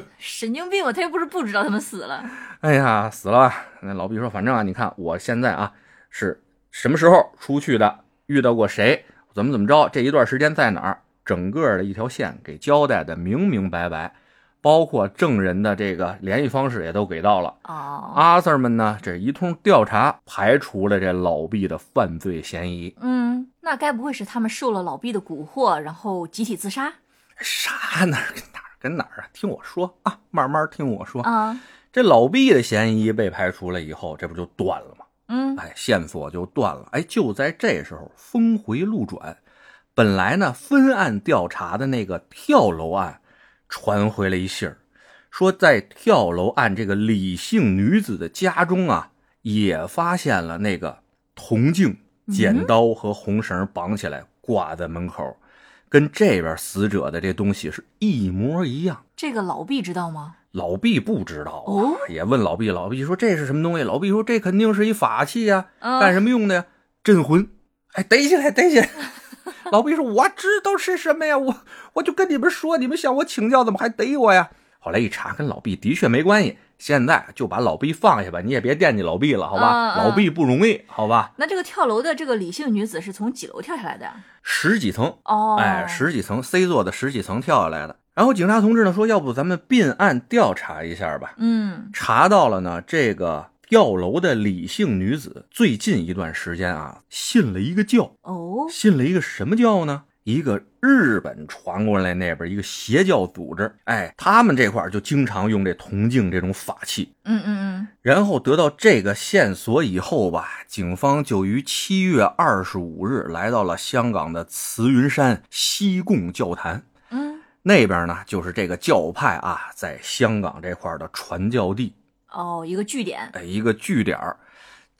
[SPEAKER 2] *laughs*
[SPEAKER 3] 神经病啊！他又不是不知道他们死了，
[SPEAKER 2] 哎呀，死了吧！”那老毕说：“反正啊，你看我现在啊是什么时候出去的，遇到过谁，怎么怎么着，这一段时间在哪儿，整个的一条线给交代的明明白白，包括证人的这个联系方式也都给到了。
[SPEAKER 3] 哦，
[SPEAKER 2] 阿 Sir 们呢，这一通调查，排除了这老毕的犯罪嫌疑。
[SPEAKER 3] 嗯，那该不会是他们受了老毕的蛊惑，然后集体自杀
[SPEAKER 2] 啥哪儿跟哪儿跟哪儿啊？听我说啊，慢慢听我说。
[SPEAKER 3] 啊？
[SPEAKER 2] 这老毕的嫌疑被排除了以后，这不就断了吗？
[SPEAKER 3] 嗯
[SPEAKER 2] 哎，线索就断了。哎，就在这时候，峰回路转，本来呢分案调查的那个跳楼案，传回了一信儿，说在跳楼案这个李姓女子的家中啊，也发现了那个铜镜、剪刀和红绳绑起来挂在门口，跟这边死者的这东西是一模一样。
[SPEAKER 3] 这个老毕知道吗？
[SPEAKER 2] 老毕不知道啊
[SPEAKER 3] 哦，
[SPEAKER 2] 也问老毕，老毕说这是什么东西？老毕说这肯定是一法器呀、
[SPEAKER 3] 嗯
[SPEAKER 2] 干什么用的呀？镇魂。哎，逮起来，逮
[SPEAKER 3] *laughs*
[SPEAKER 2] 起来！老毕说：“我知道是什么呀，我我就跟你们说，你们向我请教，怎么还逮我呀？”后来一查，跟老毕的确没关系。现在就把老毕放下吧，你也别惦记老毕了，好吧？
[SPEAKER 3] 嗯嗯
[SPEAKER 2] 老毕不容易，好吧？
[SPEAKER 3] 那这个跳楼的这个李姓女子是从几楼跳下来的呀？
[SPEAKER 2] 十几层，
[SPEAKER 3] 哦，
[SPEAKER 2] 哎，十几层 C 座的十几层跳下来的。然后警察同志呢说：“要不咱们并案调查一下吧？”
[SPEAKER 3] 嗯
[SPEAKER 2] 查到了呢，这个跳楼的李姓女子最近一段时间啊，信了一个教，
[SPEAKER 3] 哦，
[SPEAKER 2] 信了一个什么教呢？一个日本传过来那边一个邪教组织，哎，他们这块儿就经常用这铜镜这种法器。
[SPEAKER 3] 嗯嗯
[SPEAKER 2] 然后得到这个线索以后吧，警方就于七月二十五日来到了香港的慈云山西贡教坛。
[SPEAKER 3] 嗯嗯，
[SPEAKER 2] 那边呢，就是这个教派啊，在香港这块儿的传教地。
[SPEAKER 3] 哦，一个据点，
[SPEAKER 2] 哎，一个据点儿。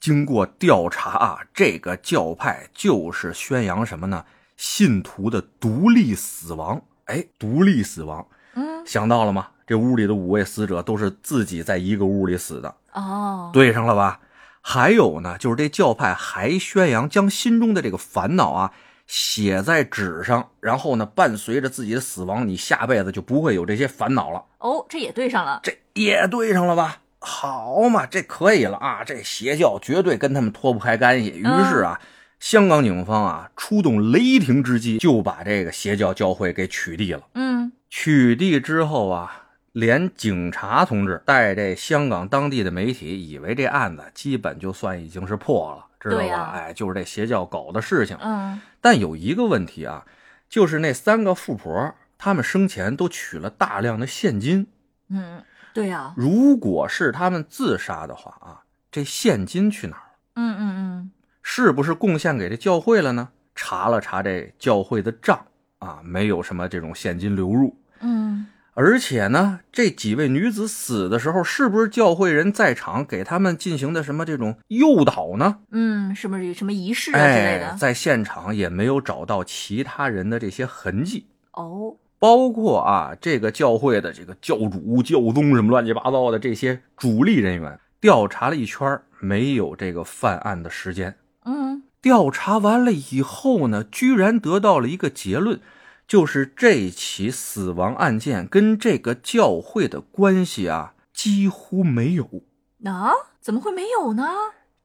[SPEAKER 2] 经过调查啊，这个教派就是宣扬什么呢？信徒的独立死亡。哎，独立死亡，
[SPEAKER 3] 嗯
[SPEAKER 2] 想到了吗？这屋里的五位死者都是自己在一个屋里死的，
[SPEAKER 3] 哦，
[SPEAKER 2] 对上了吧？还有呢，就是这教派还宣扬将心中的这个烦恼啊写在纸上，然后呢，伴随着自己的死亡，你下辈子就不会有这些烦恼了。
[SPEAKER 3] 哦，这也对上了，
[SPEAKER 2] 这也对上了吧？好嘛，这可以了啊！这邪教绝对跟他们脱不开干系。于是啊，
[SPEAKER 3] 嗯
[SPEAKER 2] 香港警方啊出动雷霆之击，就把这个邪教教会给取缔了。
[SPEAKER 3] 嗯
[SPEAKER 2] 取缔之后啊，连警察同志带这香港当地的媒体，以为这案子基本就算已经是破了，知道吧？
[SPEAKER 3] 对呀
[SPEAKER 2] 哎，就是这邪教搞的事情。
[SPEAKER 3] 嗯，
[SPEAKER 2] 但有一个问题啊，就是那三个富婆，她们生前都取了大量的现金。
[SPEAKER 3] 嗯，对呀、
[SPEAKER 2] 如果是他们自杀的话啊，这现金去哪儿了？
[SPEAKER 3] 嗯嗯
[SPEAKER 2] 是不是贡献给这教会了呢？查了查这教会的账啊，没有什么这种现金流入。
[SPEAKER 3] 嗯嗯，
[SPEAKER 2] 而且呢，这几位女子死的时候，是不是教会人在场给他们进行的什么这种诱导呢？
[SPEAKER 3] 嗯，是不是有什么仪式啊之类
[SPEAKER 2] 哎
[SPEAKER 3] 的，？
[SPEAKER 2] 在现场也没有找到其他人的这些痕迹。
[SPEAKER 3] 哦，
[SPEAKER 2] 包括啊，这个教会的这个教主、教宗什么乱七八糟的这些主力人员，调查了一圈儿，没有这个犯案的时间。
[SPEAKER 3] 嗯，
[SPEAKER 2] 调查完了以后呢，居然得到了一个结论，就是这起死亡案件跟这个教会的关系啊几乎没有。
[SPEAKER 3] 啊，怎么会没有呢？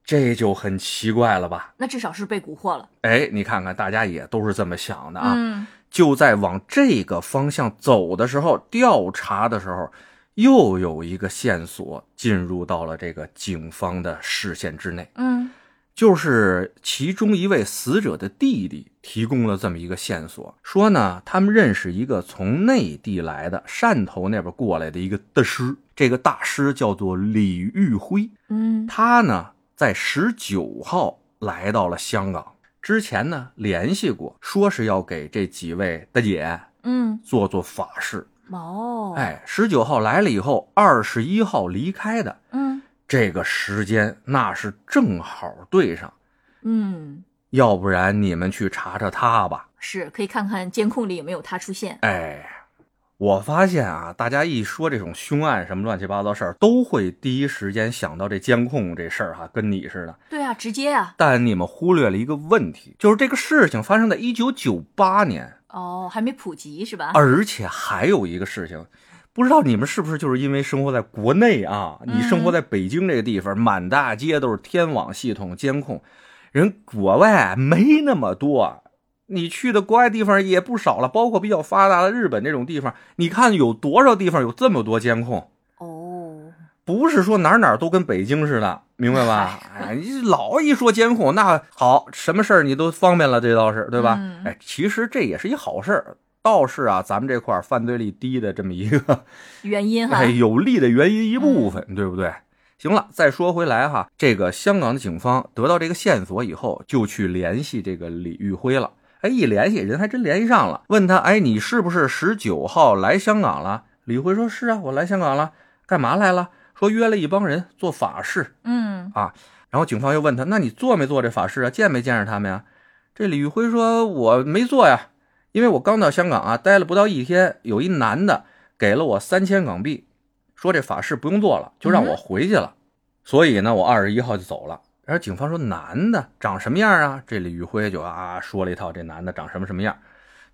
[SPEAKER 2] 这就很奇怪了吧？
[SPEAKER 3] 那至少是被蛊惑了。
[SPEAKER 2] 哎，你看看，大家也都是这么想的啊。
[SPEAKER 3] 嗯，
[SPEAKER 2] 就在往这个方向走的时候，调查的时候，又有一个线索进入到了这个警方的视线之内，
[SPEAKER 3] 嗯，
[SPEAKER 2] 就是其中一位死者的弟弟提供了这么一个线索，说呢，他们认识一个从内地来的汕头那边过来的一个大师，这个大师叫做李玉辉，
[SPEAKER 3] 嗯，
[SPEAKER 2] 他呢，在十九号来到了香港。之前呢，联系过，说是要给这几位大姐
[SPEAKER 3] 嗯，
[SPEAKER 2] 做做法事。
[SPEAKER 3] 哦，，
[SPEAKER 2] 哎，十九号来了以后，二十一号离开的，
[SPEAKER 3] 嗯
[SPEAKER 2] 这个时间那是正好对上。
[SPEAKER 3] 嗯，
[SPEAKER 2] 要不然你们去查查他吧。
[SPEAKER 3] 是可以看看监控里有没有他出现。
[SPEAKER 2] 哎，我发现啊，大家一说这种凶案什么乱七八糟事儿，都会第一时间想到这监控这事儿、哈，跟你似的。
[SPEAKER 3] 对啊，直接啊，
[SPEAKER 2] 但你们忽略了一个问题，就是这个事情发生在一九九八年，
[SPEAKER 3] 哦，还没普及是吧？
[SPEAKER 2] 而且还有一个事情，不知道你们是不是就是因为生活在国内啊？
[SPEAKER 3] 嗯
[SPEAKER 2] 你生活在北京这个地方，满大街都是天网系统监控，人国外没那么多。你去的国外地方也不少了，包括比较发达的日本这种地方，你看有多少地方有这么多监控？
[SPEAKER 3] 哦，
[SPEAKER 2] 不是说哪儿哪儿都跟北京似的，明白吧？哎，你老一说监控，那好，什么事儿你都方便了，这倒是对吧？
[SPEAKER 3] 嗯
[SPEAKER 2] 哎，其实这也是一好事儿，倒是啊，咱们这块儿犯罪率低的这么一个、
[SPEAKER 3] 原因哈
[SPEAKER 2] 哎，有利的原因一部分，对不对？行了，再说回来哈，这个香港的警方得到这个线索以后，就去联系这个李玉辉了。哎，一联系人还真联系上了，问他，哎，你是不是十九号来香港了？李辉说是啊，我来香港了，干嘛来了？说约了一帮人做法事。
[SPEAKER 3] 嗯
[SPEAKER 2] 然后警方又问他，那你做没做这法事啊？见没见着他们呀？这李玉辉说，我没做呀，因为我刚到香港啊，待了不到一天，有一男的给了我三千港币，说这法事不用做了，就让我回去了。所以呢，我二十一号就走了。然后警方说，男的长什么样啊？这李玉辉就啊说了一套，这男的长什么什么样。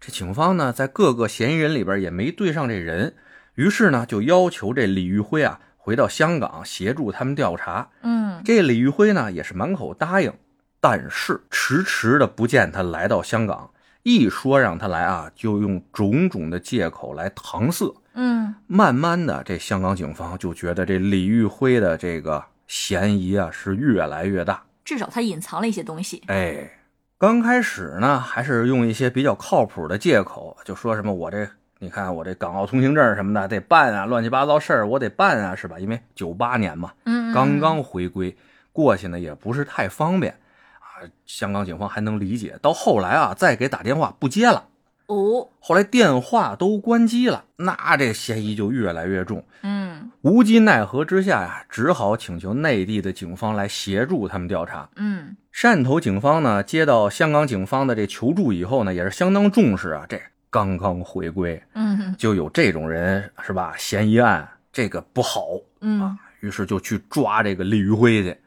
[SPEAKER 2] 这警方呢，在各个嫌疑人里边也没对上这人，于是呢，就要求这李玉辉啊回到香港协助他们调查。
[SPEAKER 3] 嗯，
[SPEAKER 2] 这李玉辉呢也是满口答应，但是迟迟的不见他来到香港。一说让他来啊，就用种种的借口来搪塞。
[SPEAKER 3] 嗯
[SPEAKER 2] 慢慢的，这香港警方就觉得这李玉辉的这个嫌疑啊是越来越大。
[SPEAKER 3] 至少他隐藏了一些东西。
[SPEAKER 2] 哎，刚开始呢，还是用一些比较靠谱的借口，就说什么我这，你看我这港澳通行证什么的得办啊，乱七八糟事儿我得办啊，是吧？因为九八年嘛，
[SPEAKER 3] 嗯，嗯
[SPEAKER 2] 刚刚回归，过去呢也不是太方便啊。香港警方还能理解，到后来啊，再给打电话不接了，
[SPEAKER 3] 哦，
[SPEAKER 2] 后来电话都关机了，那这嫌疑就越来越重。
[SPEAKER 3] 嗯
[SPEAKER 2] 无计奈何之下呀、只好请求内地的警方来协助他们调查。
[SPEAKER 3] 嗯
[SPEAKER 2] 汕头警方呢，接到香港警方的这求助以后呢，也是相当重视啊。这刚刚回归，
[SPEAKER 3] 嗯
[SPEAKER 2] 就有这种人是吧？嫌疑案这个不好，
[SPEAKER 3] 嗯，
[SPEAKER 2] 于是就去抓这个李玉辉去。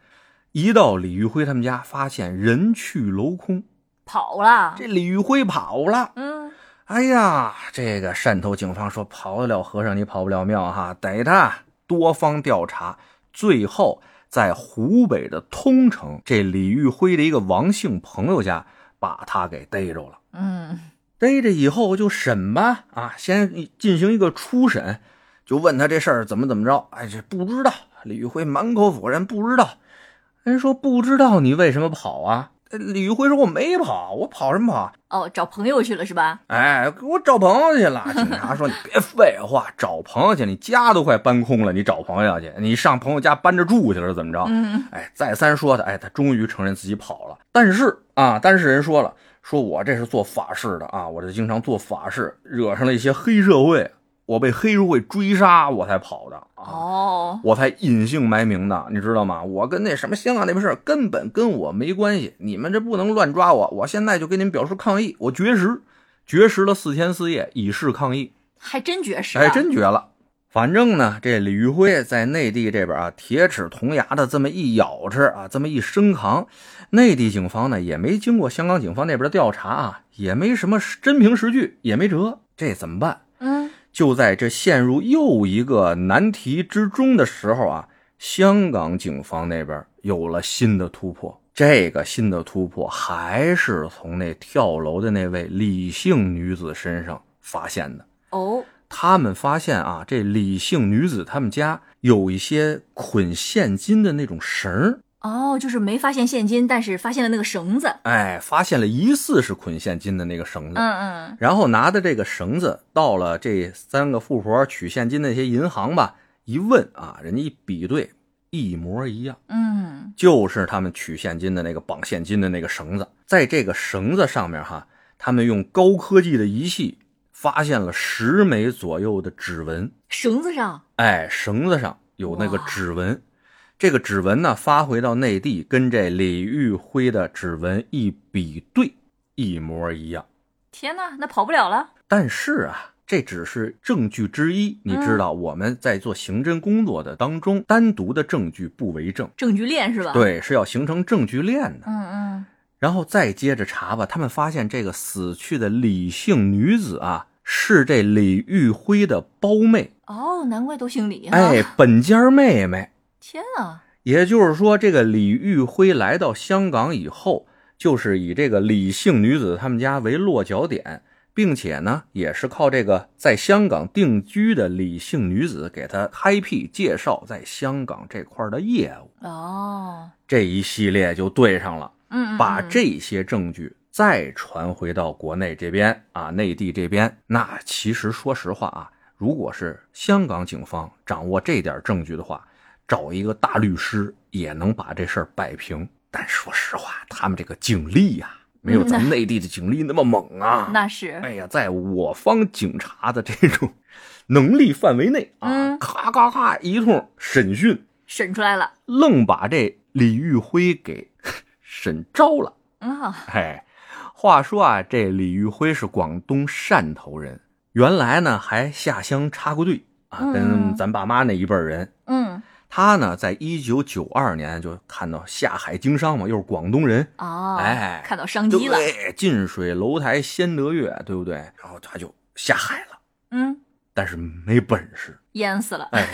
[SPEAKER 2] 一到李玉辉他们家，发现人去楼空，
[SPEAKER 3] 跑了。
[SPEAKER 2] 这李玉辉跑了。
[SPEAKER 3] 嗯
[SPEAKER 2] 哎呀，这个汕头警方说跑得了和尚你跑不了庙哈，逮他！多方调查，最后在湖北的通城，这李玉辉的一个王姓朋友家把他给逮着了。
[SPEAKER 3] 嗯
[SPEAKER 2] 逮着以后就审吧，啊，先进行一个初审，就问他这事儿怎么怎么着。哎，这不知道。李玉辉满口否认，不知道。人说不知道你为什么跑啊？呃李玉辉说我没跑，我跑什么跑？
[SPEAKER 3] 哦，找朋友去了是吧？
[SPEAKER 2] 哎，给我找朋友去了。警察说你别废话，找朋友去，你家都快搬空了，你找朋友去，你上朋友家搬着住去了是怎么着？
[SPEAKER 3] 嗯
[SPEAKER 2] 哎，再三说他，哎，他终于承认自己跑了。但是啊，但是人说了，说我这是做法事的啊，我这经常做法事，惹上了一些黑社会，我被黑社会追杀，我才跑的啊，
[SPEAKER 3] 哦，
[SPEAKER 2] 我才隐姓埋名的，你知道吗？我跟那什么香港那边事儿根本跟我没关系，你们这不能乱抓我，我现在就跟你们表示抗议，我绝食，绝食了四天四夜，以示抗议。
[SPEAKER 3] 还真绝食、啊。
[SPEAKER 2] 哎，真绝了。反正呢，这李玉辉在内地这边啊，铁齿铜牙的这么一咬吃啊，这么一升扛，内地警方呢也没经过香港警方那边的调查啊，也没什么真凭实据，也没辙，这怎么办？
[SPEAKER 3] 嗯
[SPEAKER 2] 就在这陷入又一个难题之中的时候啊，香港警方那边有了新的突破。这个新的突破还是从那跳楼的那位李姓女子身上发现的。
[SPEAKER 3] 哦，
[SPEAKER 2] 他们发现啊，这李姓女子他们家有一些捆现金的那种绳儿，
[SPEAKER 3] 哦，就是没发现现金，但是发现了那个绳子。
[SPEAKER 2] 哎，发现了疑似是捆现金的那个绳子。
[SPEAKER 3] 嗯嗯，
[SPEAKER 2] 然后拿着这个绳子到了这三个富婆取现金的那些银行吧，一问啊，人家一比对，一模一样，
[SPEAKER 3] 嗯，
[SPEAKER 2] 就是他们取现金的那个绑现金的那个绳子。在这个绳子上面哈，他们用高科技的仪器发现了十枚左右的指纹，
[SPEAKER 3] 绳子上，
[SPEAKER 2] 哎，绳子上有那个
[SPEAKER 3] 哇
[SPEAKER 2] 指纹。这个指纹呢，发回到内地，跟这李玉辉的指纹一比对，一模一样。
[SPEAKER 3] 天哪，那跑不了了。
[SPEAKER 2] 但是啊，这只是证据之一。你知道，我们在做刑侦工作的当中，单独的证据不为证，
[SPEAKER 3] 证据链是吧？，
[SPEAKER 2] 对，是要形成证据链的。
[SPEAKER 3] 嗯嗯，
[SPEAKER 2] 然后再接着查吧，他们发现这个死去的李姓女子啊，是这李玉辉的胞妹，
[SPEAKER 3] 哦，难怪都姓李哈。
[SPEAKER 2] 哎，本家妹妹。
[SPEAKER 3] 天啊，
[SPEAKER 2] 也就是说，这个李玉辉来到香港以后，就是以这个李姓女子他们家为落脚点，并且呢，也是靠这个在香港定居的李姓女子给他开辟介绍在香港这块儿的业务，
[SPEAKER 3] 哦，
[SPEAKER 2] 这一系列就对上了。
[SPEAKER 3] 嗯嗯，
[SPEAKER 2] 把
[SPEAKER 3] 嗯
[SPEAKER 2] 这些证据再传回到国内这边啊，内地这边，那其实说实话啊，如果是香港警方掌握这点证据的话，找一个大律师也能把这事儿摆平。但说实话，他们这个警力呀、没有
[SPEAKER 3] *laughs*
[SPEAKER 2] 咱们内地的警力那么猛啊。
[SPEAKER 3] 嗯那是
[SPEAKER 2] 哎呀，在我方警察的这种能力范围内啊，
[SPEAKER 3] 嗯
[SPEAKER 2] 咔咔咔一通审讯，
[SPEAKER 3] 审出来了。
[SPEAKER 2] 愣把这李玉辉给 *laughs* 审招了。
[SPEAKER 3] 嗯啊，
[SPEAKER 2] 哎，话说啊，这李玉辉是广东汕头人，原来呢还下乡插过队啊，
[SPEAKER 3] 嗯
[SPEAKER 2] 跟咱爸妈那一辈儿人。
[SPEAKER 3] 嗯，
[SPEAKER 2] 他呢，在一九九二年就看到下海经商嘛，又是广东人，
[SPEAKER 3] 哦，
[SPEAKER 2] 哎
[SPEAKER 3] 看到商机了。
[SPEAKER 2] 对，近水楼台先得月，对不对？然后他就下海了，
[SPEAKER 3] 嗯，
[SPEAKER 2] 但是没本事，
[SPEAKER 3] 淹死了。
[SPEAKER 2] 哎，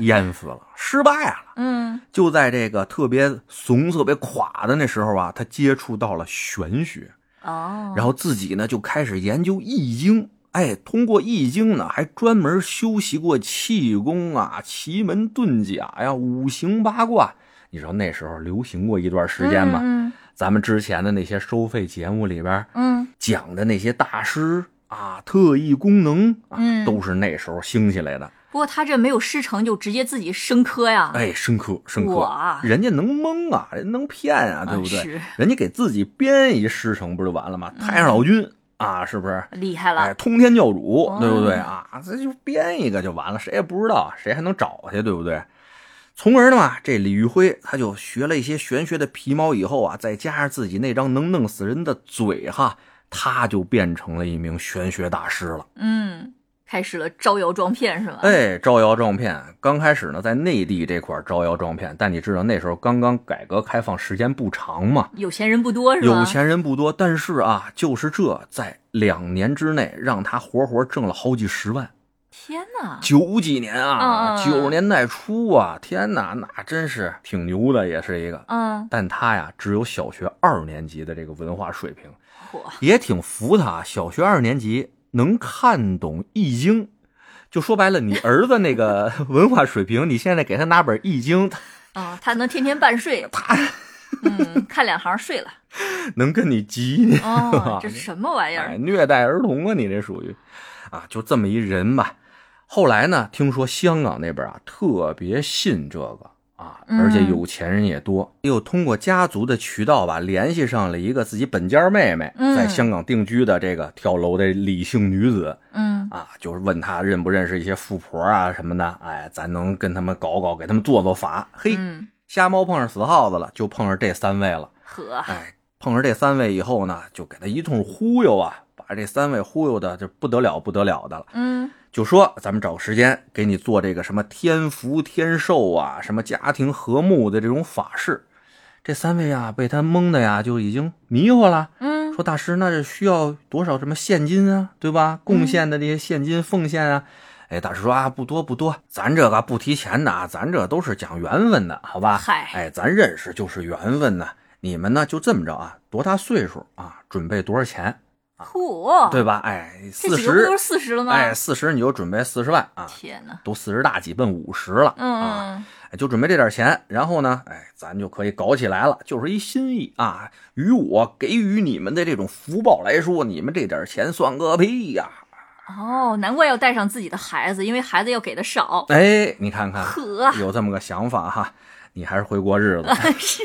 [SPEAKER 3] *laughs*
[SPEAKER 2] 淹死了，失败了。
[SPEAKER 3] 嗯，
[SPEAKER 2] 就在这个特别怂、特别垮的那时候啊，他接触到了玄学。
[SPEAKER 3] 哦，
[SPEAKER 2] 然后自己呢就开始研究易经，哎，通过易经呢还专门修习过气功啊、奇门遁甲呀、五行八卦。你知道那时候流行过一段时间吗？
[SPEAKER 3] 嗯
[SPEAKER 2] 咱们之前的那些收费节目里边
[SPEAKER 3] 嗯
[SPEAKER 2] 讲的那些大师啊、特异功能啊，
[SPEAKER 3] 嗯
[SPEAKER 2] 都是那时候兴起来的。
[SPEAKER 3] 嗯，不过他这没有师承就直接自己升科呀。
[SPEAKER 2] 哎，深刻深刻
[SPEAKER 3] 哇，
[SPEAKER 2] 人家能蒙啊，人能骗啊，对不对？
[SPEAKER 3] 是嗯
[SPEAKER 2] 人家给自己编一师承不就完了吗？太上老君、啊，是不是？
[SPEAKER 3] 厉害
[SPEAKER 2] 哎，
[SPEAKER 3] 了。
[SPEAKER 2] 通天教主，
[SPEAKER 3] 哦
[SPEAKER 2] 对不对啊？这就编一个就完了，谁也不知道，谁还能找去，对不对？从而呢嘛，这李玉辉他就学了一些玄学的皮毛以后啊，再加上自己那张能弄死人的嘴哈，他就变成了一名玄学大师了。
[SPEAKER 3] 嗯，开始了招摇撞骗是吧？，
[SPEAKER 2] 哎，招摇撞骗，刚开始呢在内地这块儿招摇撞骗，但你知道那时候刚刚改革开放时间不长嘛，
[SPEAKER 3] 有钱人不多是吧？
[SPEAKER 2] 有钱人不多，但是啊，就是这在两年之内让他活活挣了好几十万。
[SPEAKER 3] 天哪！
[SPEAKER 2] 九几年啊，
[SPEAKER 3] 嗯嗯嗯
[SPEAKER 2] 九十年代初啊，天哪，那真是挺牛的，也是一个。
[SPEAKER 3] 嗯，
[SPEAKER 2] 但他呀，只有小学二年级的这个文化水平，
[SPEAKER 3] 嚯，
[SPEAKER 2] 也挺服他。小学二年级能看懂《易经》，就说白了，你儿子那个 *laughs* 文化水平，你现在给他拿本《易经》，他
[SPEAKER 3] 啊，他能天天半
[SPEAKER 2] *laughs*
[SPEAKER 3] 睡，啪，嗯，看两行睡了。
[SPEAKER 2] 能跟你急， *laughs*
[SPEAKER 3] 哦，这是什么玩意
[SPEAKER 2] 哎，
[SPEAKER 3] 儿？
[SPEAKER 2] 虐待儿童啊，你这属于，啊，就这么一人吧。后来呢，听说香港那边啊特别信这个啊，
[SPEAKER 3] 嗯
[SPEAKER 2] 而且有钱人也多，又通过家族的渠道吧，联系上了一个自己本家妹妹
[SPEAKER 3] 嗯
[SPEAKER 2] 在香港定居的这个跳楼的李姓女子
[SPEAKER 3] 嗯
[SPEAKER 2] 啊，就是问她认不认识一些富婆啊什么的，哎，咱能跟他们搞搞，给他们做做法。嘿，
[SPEAKER 3] 嗯，
[SPEAKER 2] 瞎猫碰上死耗子了，就碰上这三位了。
[SPEAKER 3] 呵，
[SPEAKER 2] 哎，碰上这三位以后呢，就给他一通忽悠啊，把这三位忽悠的就不得了不得了的了。
[SPEAKER 3] 嗯
[SPEAKER 2] 就说咱们找个时间给你做这个什么天福天寿啊，什么家庭和睦的这种法事。这三位啊，被他蒙的呀，就已经迷糊了。
[SPEAKER 3] 嗯
[SPEAKER 2] 说大师，那是需要多少什么现金啊，对吧？贡
[SPEAKER 3] 嗯
[SPEAKER 2] 献的这些现金奉献啊，哎，大师说啊，不多不多，咱这个不提钱的啊，咱这都是讲缘分的，好吧？
[SPEAKER 3] 嗨
[SPEAKER 2] 哎，咱认识就是缘分呐。你们呢就这么着啊，多大岁数啊，准备多少钱，
[SPEAKER 3] 嚯，
[SPEAKER 2] 啊对吧？哎，
[SPEAKER 3] 啊这
[SPEAKER 2] 四
[SPEAKER 3] 几个不
[SPEAKER 2] 十
[SPEAKER 3] 都是，四十了吗？
[SPEAKER 2] 哎，四十你就准备四十万啊，
[SPEAKER 3] 天哪，
[SPEAKER 2] 都四十大几，奔五十了，啊，
[SPEAKER 3] 嗯嗯，
[SPEAKER 2] 哎就准备这点钱，然后呢，哎，咱就可以搞起来了，就是一心意啊。与我给予你们的这种福报来说，你们这点钱算个屁呀、
[SPEAKER 3] 哦，难怪要带上自己的孩子，因为孩子要给的少。
[SPEAKER 2] 哎，你看看，
[SPEAKER 3] 呵，
[SPEAKER 2] 有这么个想法哈，你还是会过日子。
[SPEAKER 3] *laughs* 是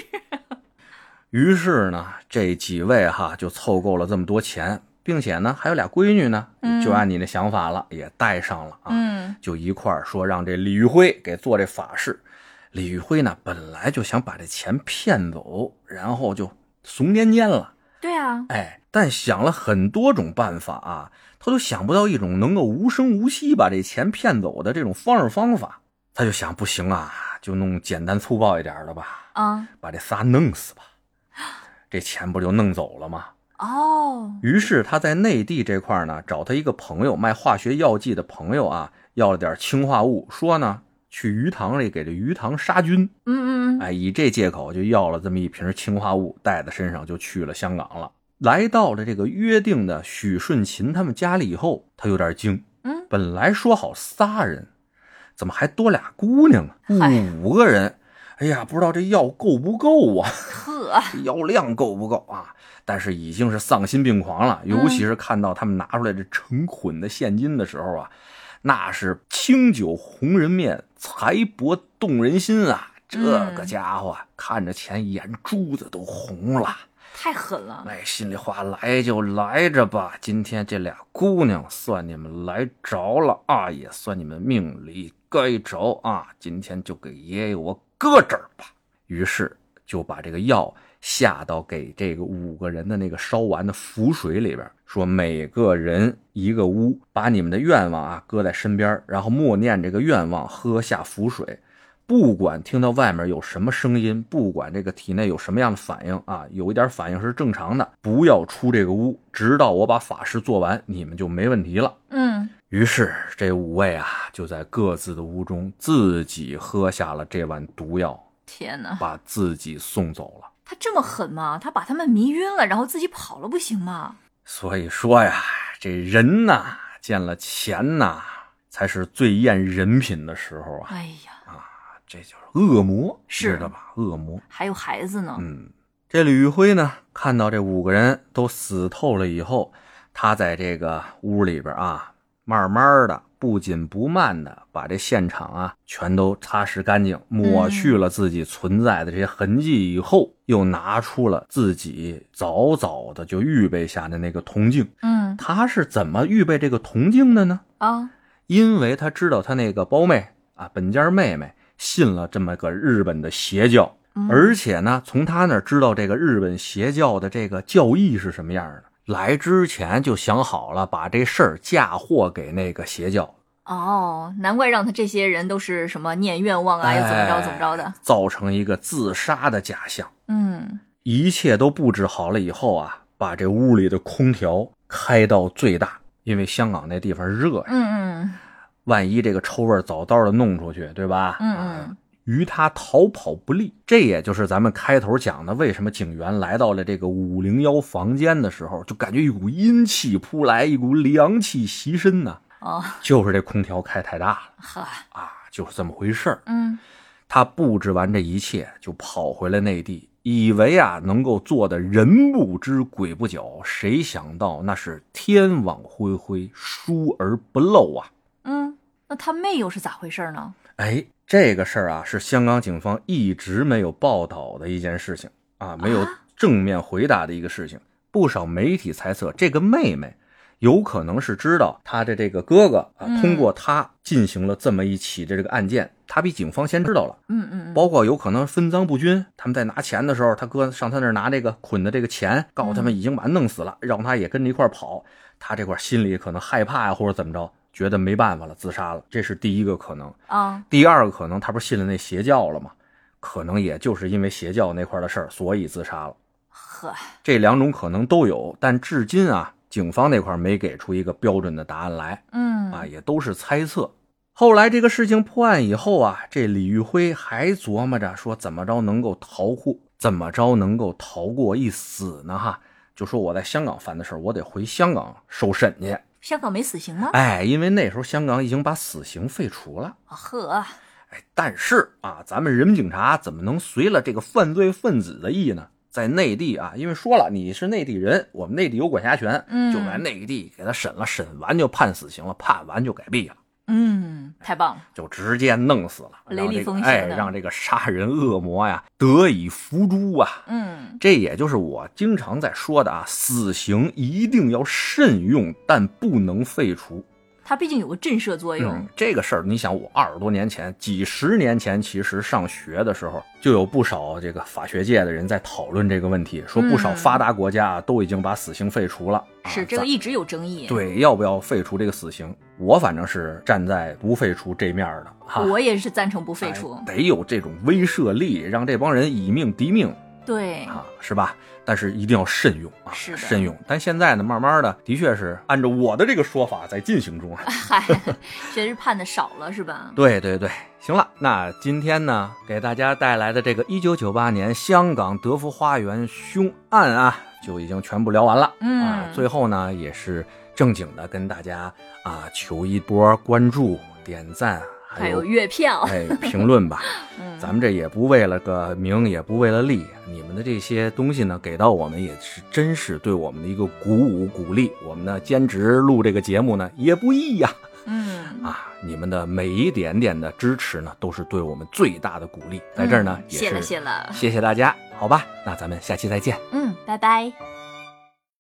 [SPEAKER 2] 于是呢，这几位哈就凑够了这么多钱，并且呢，还有俩闺女呢，
[SPEAKER 3] 嗯
[SPEAKER 2] 就按你的想法了，也带上了啊。
[SPEAKER 3] 嗯，
[SPEAKER 2] 就一块儿说让这李玉辉给做这法事。李玉辉呢，本来就想把这钱骗走，然后就怂蔫蔫了，
[SPEAKER 3] 对啊，
[SPEAKER 2] 哎，但想了很多种办法啊，他就想不到一种能够无声无息把这钱骗走的这种方式方法。他就想，不行啊，就弄简单粗暴一点的吧，
[SPEAKER 3] 啊，
[SPEAKER 2] 把这仨弄死吧，这钱不就弄走了吗？
[SPEAKER 3] 哦，
[SPEAKER 2] 于是他在内地这块儿呢，找他一个朋友卖化学药剂的朋友啊，要了点氰化物，说呢去鱼塘里给这鱼塘杀菌，
[SPEAKER 3] 嗯嗯，
[SPEAKER 2] 哎，以这借口就要了这么一瓶氰化物，带在身上就去了香港了。来到了这个约定的许顺琴他们家里以后，他有点惊，
[SPEAKER 3] 嗯，
[SPEAKER 2] 本来说好仨人，怎么还多俩姑娘啊
[SPEAKER 3] 嗨？
[SPEAKER 2] 五个人，哎呀，不知道这药够不够啊？
[SPEAKER 3] 呵，
[SPEAKER 2] 药量够不够啊？但是已经是丧心病狂了，尤其是看到他们拿出来这成捆的现金的时候啊，那是清酒红人面，财帛动人心啊！这个家伙啊、看着钱眼珠子都红了，
[SPEAKER 3] 太狠了，
[SPEAKER 2] 哎，心里话来就来着吧，今天这俩姑娘算你们来着了啊，也算你们命里该着啊，今天就给爷爷我搁这儿吧。于是就把这个药下到给这个五个人的那个烧完的符水里边，说每个人一个屋，把你们的愿望啊搁在身边，然后默念这个愿望，喝下符水。不管听到外面有什么声音，不管这个体内有什么样的反应啊，有一点反应是正常的，不要出这个屋，直到我把法事做完，你们就没问题了。
[SPEAKER 3] 嗯，
[SPEAKER 2] 于是这五位啊，就在各自的屋中自己喝下了这碗毒药，
[SPEAKER 3] 天哪，
[SPEAKER 2] 把自己送走了。
[SPEAKER 3] 他这么狠吗？他把他们迷晕了，然后自己跑了，不行吗？
[SPEAKER 2] 所以说呀，这人呐，见了钱呐，才是最验人品的时候啊！
[SPEAKER 3] 哎呀，
[SPEAKER 2] 这就是恶魔，
[SPEAKER 3] 是
[SPEAKER 2] 知道吧？恶魔。
[SPEAKER 3] 还有孩子呢，
[SPEAKER 2] 嗯，这李玉辉呢，看到这五个人都死透了以后，他在这个屋里边啊，慢慢的、不紧不慢的把这现场啊全都擦拭干净，抹去了自己存在的这些痕迹以后，又拿出了自己早早的就预备下的那个铜镜。
[SPEAKER 3] 嗯
[SPEAKER 2] 他是怎么预备这个铜镜的呢？
[SPEAKER 3] 啊，
[SPEAKER 2] 因为他知道他那个胞妹啊，本家妹妹信了这么个日本的邪教，
[SPEAKER 3] 嗯
[SPEAKER 2] 而且呢，从他那儿知道这个日本邪教的这个教义是什么样的。来之前就想好了，把这事儿嫁祸给那个邪教，
[SPEAKER 3] 哦，难怪让他这些人都是什么念愿望啊，又怎么着
[SPEAKER 2] 哎
[SPEAKER 3] 怎么着的，
[SPEAKER 2] 造成一个自杀的假象。
[SPEAKER 3] 嗯，
[SPEAKER 2] 一切都布置好了以后啊，把这屋里的空调开到最大，因为香港那地方热呀。
[SPEAKER 3] 嗯嗯
[SPEAKER 2] 万一这个臭味儿早早的弄出去，对吧？
[SPEAKER 3] 嗯
[SPEAKER 2] 啊
[SPEAKER 3] 嗯，
[SPEAKER 2] 于他逃跑不利。这也就是咱们开头讲的，为什么警员来到了这个五零幺房间的时候，就感觉一股阴气扑来，一股凉气袭身呐，
[SPEAKER 3] 哦，
[SPEAKER 2] 就是这空调开太大了
[SPEAKER 3] 呵，
[SPEAKER 2] 啊，就是这么回事儿。
[SPEAKER 3] 嗯
[SPEAKER 2] 他布置完这一切，就跑回了内地，以为啊能够做的人不知鬼不觉，谁想到那是天网恢恢，疏而不漏啊。
[SPEAKER 3] 嗯，那他妹又是咋回事呢？
[SPEAKER 2] 哎，这个事儿啊，是香港警方一直没有报道的一件事情啊，没有
[SPEAKER 3] 啊
[SPEAKER 2] 正面回答的一个事情。不少媒体猜测，这个妹妹有可能是知道她的这个哥哥啊，
[SPEAKER 3] 嗯
[SPEAKER 2] 通过她进行了这么一起的这个案件，她比警方先知道了。
[SPEAKER 3] 嗯嗯嗯，
[SPEAKER 2] 包括有可能分赃不均，他们在拿钱的时候，他哥上他那儿拿这个捆的这个钱，告诉他
[SPEAKER 3] 嗯
[SPEAKER 2] 们已经把他弄死了，让他也跟着一块儿跑。他这块儿心里可能害怕呀、或者怎么着，觉得没办法了，自杀了，这是第一个可能。
[SPEAKER 3] 啊，
[SPEAKER 2] 第二个可能，他不是信了那邪教了吗？可能也就是因为邪教那块的事儿，所以自杀了。
[SPEAKER 3] 呵，
[SPEAKER 2] 这两种可能都有，但至今啊，警方那块没给出一个标准的答案来
[SPEAKER 3] 嗯
[SPEAKER 2] 啊，也都是猜测。后来这个事情破案以后啊，这李玉辉还琢磨着说怎么着能够逃过，怎么着能够逃过一死呢？哈，就说我在香港犯的事儿，我得回香港受审去。
[SPEAKER 3] 香港没死刑吗？
[SPEAKER 2] 哎，因为那时候香港已经把死刑废除了。
[SPEAKER 3] 啊呵，
[SPEAKER 2] 哎，但是啊，咱们人民警察怎么能随了这个犯罪分子的意呢？在内地啊，因为说了你是内地人，我们内地有管辖权，
[SPEAKER 3] 嗯
[SPEAKER 2] 就在内地给他审了，审完就判死刑了，判完就改毙了，
[SPEAKER 3] 嗯，太棒了，
[SPEAKER 2] 就直接弄死了，
[SPEAKER 3] 雷
[SPEAKER 2] 让
[SPEAKER 3] 厉
[SPEAKER 2] 这个
[SPEAKER 3] 风行
[SPEAKER 2] 哎，
[SPEAKER 3] 的
[SPEAKER 2] 让这个杀人恶魔呀得以伏诛啊！
[SPEAKER 3] 嗯
[SPEAKER 2] 这也就是我经常在说的啊，死刑一定要慎用，但不能废除。
[SPEAKER 3] 它毕竟有个震慑作用，
[SPEAKER 2] 嗯，这个事儿，你想，我二十多年前、几十年前，其实上学的时候，就有不少这个法学界的人在讨论这个问题，说不少
[SPEAKER 3] 嗯
[SPEAKER 2] 发达国家啊都已经把死刑废除了。啊
[SPEAKER 3] 是这个
[SPEAKER 2] 咱
[SPEAKER 3] 一直有争议。，
[SPEAKER 2] 对，要不要废除这个死刑？我反正是站在不废除这面儿的哈。
[SPEAKER 3] 我也是赞成不废除
[SPEAKER 2] 啊哎。得有这种威慑力，让这帮人以命抵命
[SPEAKER 3] 对，
[SPEAKER 2] 啊，是吧？但是一定要慎用啊，
[SPEAKER 3] 是的
[SPEAKER 2] 慎用。但现在呢，慢慢的，的确是按照我的这个说法在进行
[SPEAKER 3] *laughs*
[SPEAKER 2] 中啊。
[SPEAKER 3] 嗨，确实判的少了是吧？
[SPEAKER 2] 对对对，行了，那今天呢，给大家带来的这个1998年香港德福花园凶案啊，就已经全部聊完了。
[SPEAKER 3] 嗯
[SPEAKER 2] 啊，最后呢，也是正经的跟大家啊求一波关注、点赞，
[SPEAKER 3] 还
[SPEAKER 2] 还
[SPEAKER 3] 有月票，
[SPEAKER 2] *laughs* 哎评论吧。
[SPEAKER 3] 嗯，
[SPEAKER 2] 咱们这也不为了个名，也不为了利，你们的这些东西呢，给到我们也是真是对我们的一个鼓舞鼓励。我们呢兼职录这个节目呢也不易呀、
[SPEAKER 3] 嗯，
[SPEAKER 2] 啊，你们的每一点点的支持呢，都是对我们最大的鼓励。在这儿呢，
[SPEAKER 3] 嗯
[SPEAKER 2] 也
[SPEAKER 3] 谢了
[SPEAKER 2] 是
[SPEAKER 3] 谢了，
[SPEAKER 2] 谢谢大家，好吧？那咱们下期再见。
[SPEAKER 3] 嗯，拜拜。